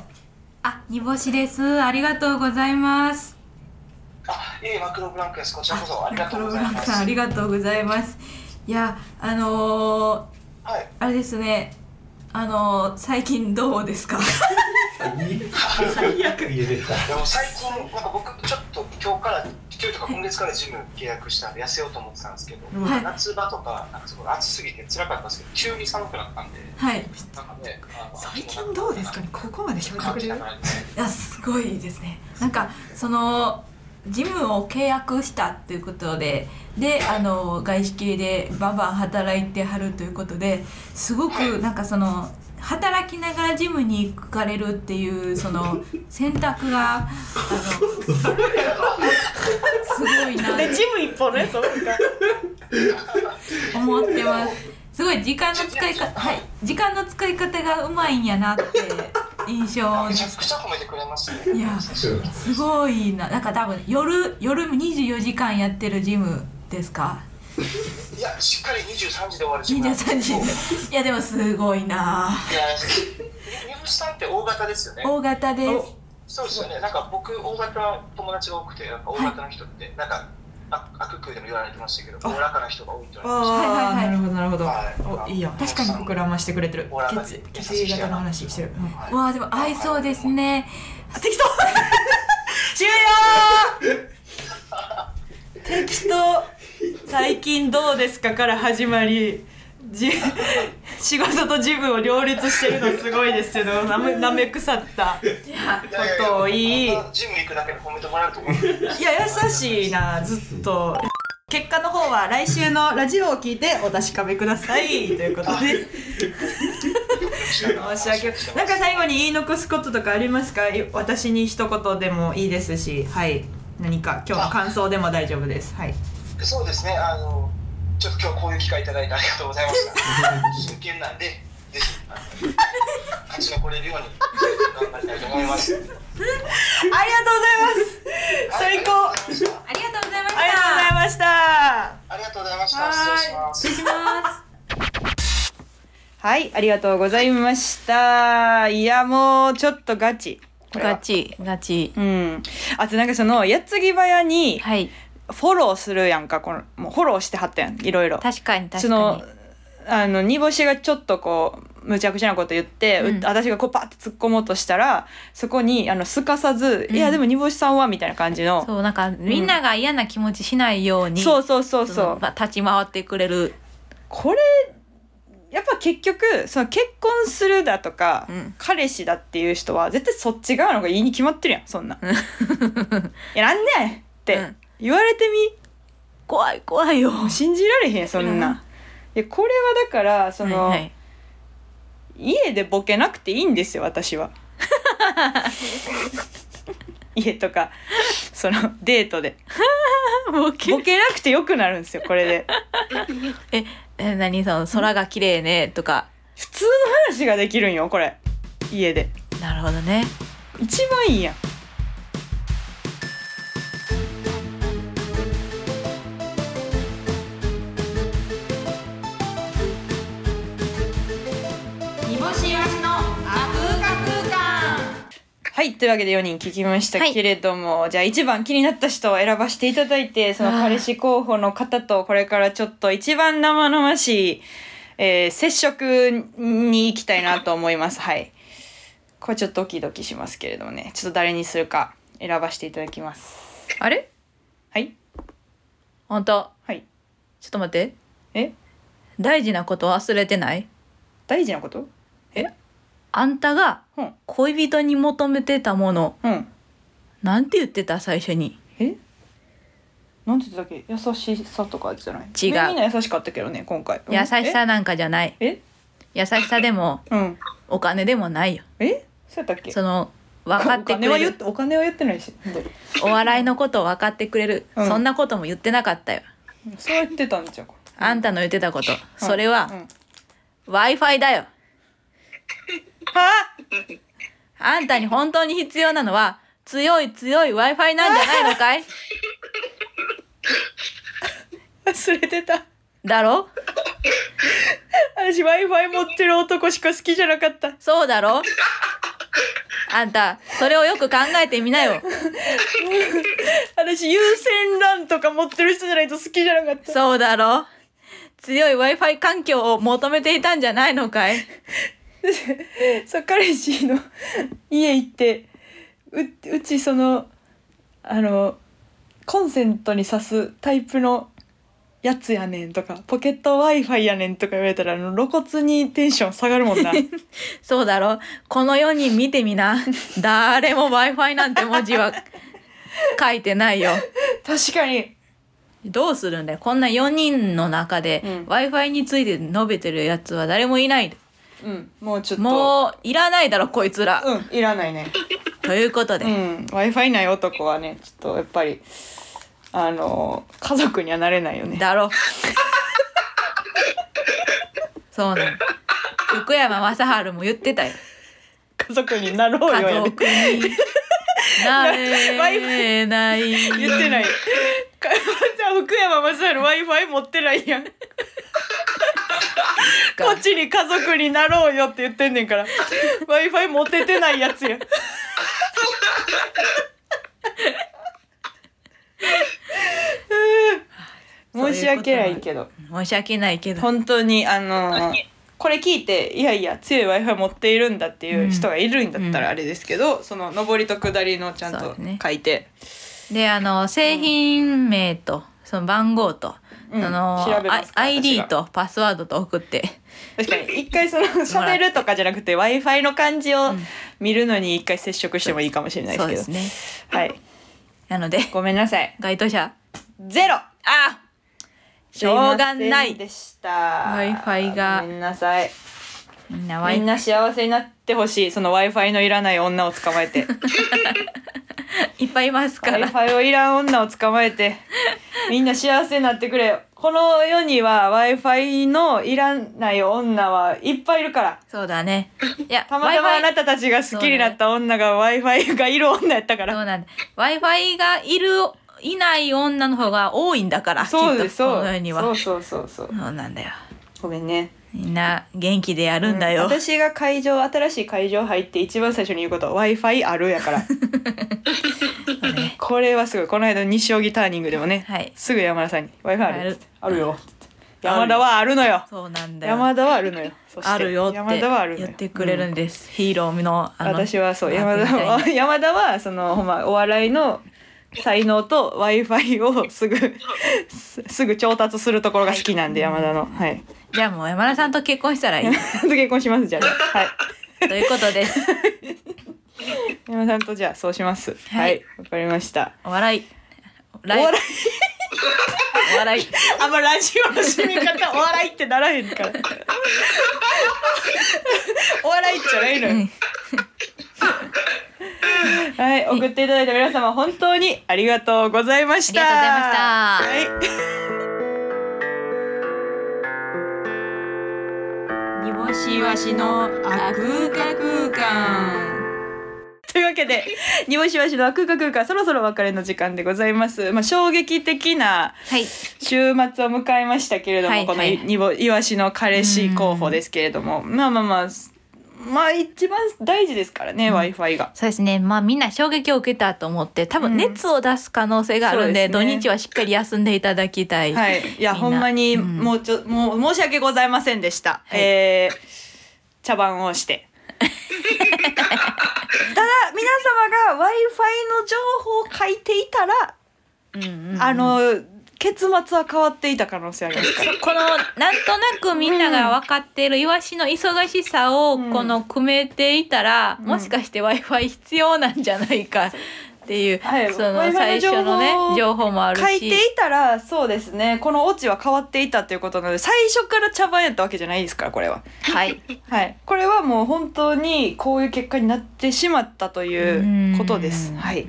Speaker 2: あ煮干しですありがとうございます
Speaker 19: あいえいえマクロブランクですこちらこそありがとうござい
Speaker 2: 黒
Speaker 19: ま
Speaker 2: 村
Speaker 19: す
Speaker 2: さんありがとうございますいやあのー、
Speaker 19: はい
Speaker 2: あれですねあのー、最近どうです か
Speaker 19: でも最近なんか僕ちょっと今日から今日とか今月からジム契約したんで痩せようと思ってたんですけど、
Speaker 2: はい
Speaker 19: 夏場とかなんかすごい暑すぎて辛かったんですけど急に寒くなったんで
Speaker 2: はいい
Speaker 19: なんかねあの
Speaker 1: 最近どうですかねここまで喋って
Speaker 19: 感
Speaker 1: く
Speaker 19: じ
Speaker 1: れ
Speaker 19: な
Speaker 1: る
Speaker 19: がらですね
Speaker 2: やすごいですねなんかそのジムを契約したっていうことでであのー外資系でバンバン働いてはるということですごくなんかその働きながらジムに行かれるっていうその選択があのすごいなって
Speaker 20: ジム一本ねそうか
Speaker 2: 思ってます。すごい時間の使い方、はい、時間の使い方がうまいんやなって印象
Speaker 19: あ
Speaker 2: で
Speaker 19: めちゃく
Speaker 2: す。
Speaker 19: ちゃ褒めてくれますね
Speaker 2: いやすごいな、なんか多分夜夜24時間やってるジムですか。
Speaker 19: いやしっかり23時で終わるジムなんです
Speaker 2: 23時
Speaker 19: いや
Speaker 2: いやでもすごいな。
Speaker 19: 三好さんって大型ですよね
Speaker 2: 大型です。
Speaker 19: そうですよねなんか僕大型の友達が多くてなんか大型の人って、なんかあ悪空でも言われてましたけど大らかな人が多いと言われてまし
Speaker 1: あ
Speaker 19: た
Speaker 1: あ、
Speaker 2: はいはいは
Speaker 1: なる
Speaker 2: い
Speaker 1: ほどなるほど、
Speaker 19: はい
Speaker 1: おいいやん
Speaker 19: 確かに
Speaker 1: 膨らましてくれてる
Speaker 19: 膨らま
Speaker 1: 血
Speaker 19: せ
Speaker 1: 血液型の話してる、うん
Speaker 19: はい
Speaker 2: わあでも合いそうですね。
Speaker 1: 適当終了適当最近どうですかから始まりじ仕事とジムを両立してるのすごいですけどなめなめ腐った
Speaker 19: いやいやいや
Speaker 1: ことをいい
Speaker 19: こんなジム行くだけで褒めてもらえると思う
Speaker 1: いや優しいなずっと結果の方は来週のラジオを聞いてお確かめくださいということです申し訳ない。なんか最後に言い残すこととかありますか？い私に一言でもいいですし、はい。何か今日の感想でも大丈夫です。はい。
Speaker 19: そうですね、あの、ちょっと今日こういう機会いただいてありがとうござい ました。真剣なんで、ぜひ、あの勝ち残れるように、頑張りたいと思います。ありがとう
Speaker 1: ありがとうございます。 最高。あ
Speaker 19: ございました
Speaker 2: ありがとうございました。
Speaker 1: りがとうございました。
Speaker 19: ありがとうございました。失礼します。
Speaker 2: 失礼します。
Speaker 20: はいありがとうございましたいやもうちょっとガチこれは
Speaker 21: ガチガチ
Speaker 20: うんあとなんかその矢継ぎ早に
Speaker 21: はい
Speaker 20: フォローするやんかこのもうフォローしてはったやんいろいろ
Speaker 21: 確かに確かに
Speaker 20: そのあの煮干しがちょっとこうむちゃくちゃなこと言って、う
Speaker 21: うん
Speaker 20: 私がこうパッて突っ込もうとしたらそこにあのすかさず「
Speaker 21: うん
Speaker 20: いやでも煮干しさんは」みたいな感じの
Speaker 21: そうなんかみんなが嫌な気持ちしないように、
Speaker 20: そうそうそうそ
Speaker 21: の
Speaker 20: う
Speaker 21: ま立ち回ってくれる、
Speaker 20: これやっぱ結局その結婚するだとか、
Speaker 21: うん
Speaker 20: 彼氏だっていう人は絶対そっち側の方がいいに決まってるやんそんなん。 いやなんでやねんっ
Speaker 21: う
Speaker 20: て
Speaker 21: ん
Speaker 20: 言われてみ、
Speaker 21: 怖い怖いよ
Speaker 20: もう信じられへんそんな
Speaker 21: うん
Speaker 20: ん。でこれはだからその、
Speaker 21: はいはい
Speaker 20: 家でボケな くていいんですよ私は家とか
Speaker 1: そのデートで
Speaker 2: ボケ
Speaker 1: ボケなくてよくなるんですよこれで
Speaker 2: え何その空が綺麗ねとか
Speaker 1: 普通の話ができるんよこれ家で
Speaker 2: なるほどね
Speaker 1: 一番いいやん
Speaker 22: 煮干しわしのあふか空間
Speaker 1: はいというわけで4人聞きました
Speaker 2: はい
Speaker 1: けれども、じゃあ一番気になった人を選ばせていただいてその彼氏候補の方とこれからちょっと一番生々しい、えー接触に行きたいなと思いますはいこれちょっとドキドキしますけれどもねちょっと誰にするか選ばせていただきます
Speaker 2: あれ
Speaker 1: はい
Speaker 2: 本当
Speaker 1: はい
Speaker 2: ちょっと待って
Speaker 1: え
Speaker 2: 大事なこと忘れてない
Speaker 1: 大事なこと
Speaker 2: あんたが
Speaker 1: うん
Speaker 2: 恋人に求めてたもの
Speaker 1: うん
Speaker 2: なんて言ってた最初に
Speaker 1: えなんて言ってたっけ優しさとかじゃない
Speaker 2: 違う
Speaker 1: みんな優しかったけどね今回うん
Speaker 2: 優しさなんかじゃない
Speaker 1: え
Speaker 2: 優しさでも
Speaker 1: えうん
Speaker 2: お金でもないよ
Speaker 1: えそうやったっけ
Speaker 2: その分かって
Speaker 1: お
Speaker 2: く
Speaker 1: 金は
Speaker 2: れ
Speaker 1: 言っ
Speaker 2: る
Speaker 1: てお金は言ってないし
Speaker 2: お笑いのことを分かってくれる、
Speaker 1: うん
Speaker 2: そんなことも言ってなかったよ
Speaker 1: そう言ってたんじゃんこれ
Speaker 2: あんたの言ってたこと、
Speaker 1: うん
Speaker 2: それは
Speaker 1: うん
Speaker 2: w i f i だよ
Speaker 1: は
Speaker 2: あんたに本当に必要なのは強い強い w i f i なんじゃないのかい
Speaker 1: あ忘れてた
Speaker 2: だろ
Speaker 1: 私 w i f i 持ってる男しか好きじゃなかったも
Speaker 2: そうだろあんたそれをよく考えてみなよ
Speaker 1: う私優先 LAN とか持ってる人じゃないと好きじゃなかった
Speaker 2: そうだろ強い w i f i 環境を求めていたんじゃないのかい
Speaker 1: そう彼氏の家行ってううちそのあのコンセントに挿すタイプのやつやねんとかポケット w i f i やねんとか言われたらあの露骨にテンション下がるも んな
Speaker 2: そうだろこの世に見てみな誰も w i f i なんて文字は書いてないよ
Speaker 1: 確かに
Speaker 2: どうするんだよこんな4人の中で
Speaker 1: うん
Speaker 2: w i f i について述べてるやつは誰もいない
Speaker 1: うんもうちょっと
Speaker 2: もういらないだろこいつら、
Speaker 1: うんいらないね
Speaker 2: ということで、
Speaker 1: うん、w i f i ない男はねちょっとやっぱりあの家族にはなれないよね
Speaker 2: だろそうなの福山雅治も言ってたよ
Speaker 1: 家族になろうよ
Speaker 2: 家
Speaker 1: やで
Speaker 2: 族になれない
Speaker 1: 言ってないかじゃあ福山雅治 w i f i 持ってないやんこっちに家族になろうよって言ってんねんから w i f i 持ててないやつや
Speaker 2: そういうこ
Speaker 1: 申
Speaker 2: と
Speaker 1: し訳ないけど
Speaker 2: 申し訳ないけど
Speaker 1: 本当にあのこれ聞いていやいや強い w i f i 持っているんだっていう人がいるんだったらあれですけど、その上りと下りのちゃん
Speaker 2: そ
Speaker 1: と
Speaker 2: うだね
Speaker 1: 書いて、
Speaker 2: であの製品名とその番号と、
Speaker 1: うん
Speaker 2: その
Speaker 1: 調べますから
Speaker 2: I-
Speaker 1: 私が
Speaker 2: ID とパスワードと送って
Speaker 1: 確かに一回その喋るとかじゃなくて w i f i の感じを
Speaker 2: ん
Speaker 1: 見るのに一回接触してもいいかもしれないで
Speaker 2: そう
Speaker 1: すけ
Speaker 2: で
Speaker 1: ど、
Speaker 2: すね
Speaker 1: はい
Speaker 2: な ので
Speaker 1: ごめんなさい
Speaker 2: 該当者
Speaker 1: ゼロ
Speaker 2: あしょうが
Speaker 1: すい
Speaker 2: な
Speaker 1: ません
Speaker 2: い
Speaker 1: でした
Speaker 2: Wi-Fi が
Speaker 1: ごめんなさい
Speaker 2: みんな
Speaker 1: み
Speaker 2: Wi-
Speaker 1: んな幸せになってほしいその w i f i のいらない女を捕まえ て w
Speaker 2: いっぱいいますか
Speaker 1: i
Speaker 2: ら
Speaker 1: f i をいらん女を捕まえてみんな幸せになってくれよこの世には w i f i のいらない女はいっぱいいるから
Speaker 2: そうだねいや
Speaker 1: たまたまあ
Speaker 2: Wi-Fi
Speaker 1: なたたちが好きになった女が w i f i がいる女やったから
Speaker 2: そうなんだ Wi-Fi がいるいない女の方が多いんだから
Speaker 1: そうです
Speaker 2: きっと
Speaker 1: そ
Speaker 2: この世に
Speaker 1: う
Speaker 2: は
Speaker 1: そうそうそうそう
Speaker 2: そうなんだよ
Speaker 1: ごめんね
Speaker 2: みんな元気でやるんだよ、
Speaker 1: うん私が会場新しい会場入って一番最初に言うこと w i f i あるやから
Speaker 2: そうね
Speaker 1: これはすごいこの間西荻ターニングでもね、
Speaker 2: はい
Speaker 1: すぐ山田さんに w i f i あ
Speaker 2: あ
Speaker 1: る
Speaker 2: る
Speaker 1: っつってあるよっつって山田はあるのよ
Speaker 2: そうなんだよ
Speaker 1: 山田はあるのよそして
Speaker 2: あるよって
Speaker 1: 山田はあるのよ
Speaker 2: 言ってくれるんです、ヒーローのあの
Speaker 1: 私はそう
Speaker 2: パー
Speaker 1: 山
Speaker 2: ティ
Speaker 1: 田
Speaker 2: ーみたいに
Speaker 1: は山田はそのほんまお笑いの才能と w i f i をすぐすすぐ調達するところが好きなんで、山田のはい
Speaker 2: じゃあもう山田さんと結婚したらいい
Speaker 1: 結婚しますじゃあねはい
Speaker 2: ということです
Speaker 1: 山田さんとじゃあそうしますは
Speaker 2: はい
Speaker 1: いわ、かりました
Speaker 2: お笑いお
Speaker 1: お笑い
Speaker 2: お笑い
Speaker 1: あんまラジオの締め方お笑いってならへんからお笑いじゃないのよ、
Speaker 2: うん
Speaker 1: はい、送っていただいた皆様、本当にありがとうございました。
Speaker 2: あ
Speaker 1: りがとうございました。はい、
Speaker 23: 煮干しわしのあ空間空間
Speaker 1: というわけで、煮干しわしの空間空間、そろそろお別れの時間でございます。まあ、衝撃的な
Speaker 2: はい。
Speaker 1: 週末を迎えましたけれども、
Speaker 2: はい
Speaker 1: この
Speaker 2: はい
Speaker 1: にぼイワシの彼氏候補ですけれども、まあまあまあ、まあ一番大事ですからね、Wi-Fi が。
Speaker 2: そうですね。まあみんな衝撃を受けたと思って、多
Speaker 1: うん
Speaker 2: 分熱を出す可能性があるんで、
Speaker 1: そうですね
Speaker 2: 土日はしっかり休んでいただきたい。
Speaker 1: はい、いや
Speaker 2: みんな
Speaker 1: ほんまに
Speaker 2: うん
Speaker 1: もうちょ、もう申し訳ございませんでした。
Speaker 2: はい
Speaker 1: えー茶番を して。ただ皆様が Wi-Fi の情報を書いていたら、
Speaker 2: うんうんうん
Speaker 1: あの結末は変わっていた可能性ありますから。
Speaker 2: このなんとなくみんなが分かってるイワシの忙しさを
Speaker 1: うん
Speaker 2: この組めていたら、
Speaker 1: うん
Speaker 2: もしかして w i f i 必要なんじゃないかっていう、
Speaker 1: はい
Speaker 2: その
Speaker 1: Wi-Fi の
Speaker 2: 最初のね
Speaker 1: 情報を
Speaker 2: 情報もある
Speaker 1: 書いてい
Speaker 2: し。
Speaker 1: たらそうですねこのオチは変わっていたということなので最初から茶番やったわけじゃないですからこれは
Speaker 2: はい、
Speaker 1: はいこれはもう本当にこういう結果になってしまったということです
Speaker 2: うん
Speaker 1: はい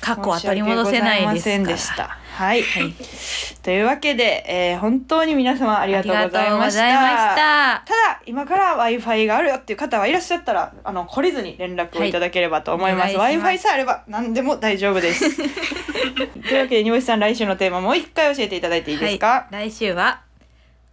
Speaker 2: 過去は取り戻せないで
Speaker 1: 申
Speaker 2: すから。
Speaker 1: し訳ございませんでしたはい、というわけで、えー本当に皆様ありが
Speaker 2: あり
Speaker 1: とうござ
Speaker 2: が
Speaker 1: い
Speaker 2: とう
Speaker 1: ま
Speaker 2: ご
Speaker 1: し
Speaker 2: ざいましたた。
Speaker 1: ただ今から w i f i があるよっていう方はいらっしゃったらあの懲りずに連絡をいただければと思います、
Speaker 2: は
Speaker 1: w i
Speaker 2: い
Speaker 1: f i さえあれば何でも大丈夫です というわけでにぼしさん来週のテーマもう一回教えていただいていいですか
Speaker 2: 来週は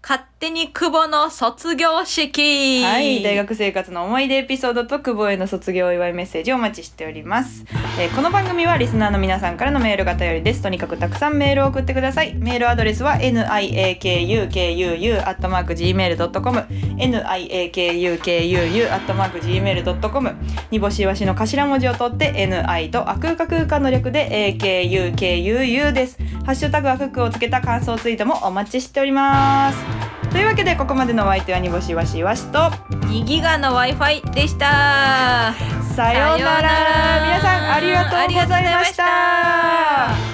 Speaker 2: 勝手に久保の卒業式。
Speaker 1: はい、大学生活の思い出エピソードと久保への卒業お祝いメッセージをお待ちしております、えーこの番組はリスナーの皆さんからのメールが頼りですとにかくたくさんメールを送ってくださいメールアドレスは niakukuu.gmail.com niakukuu.gmail.com にぼしわしの頭文字を取って ni とあくうか空間の略で akukuu ですハッシュタグあくくをつけた感想ツイートもお待ちしておりますというわけでここまでのお相手はにぼしわしわしと
Speaker 2: 2ギガの Wi-Fi でした。
Speaker 1: さようなら
Speaker 2: さよ
Speaker 1: 皆さ
Speaker 2: うなら
Speaker 1: んありがとうございました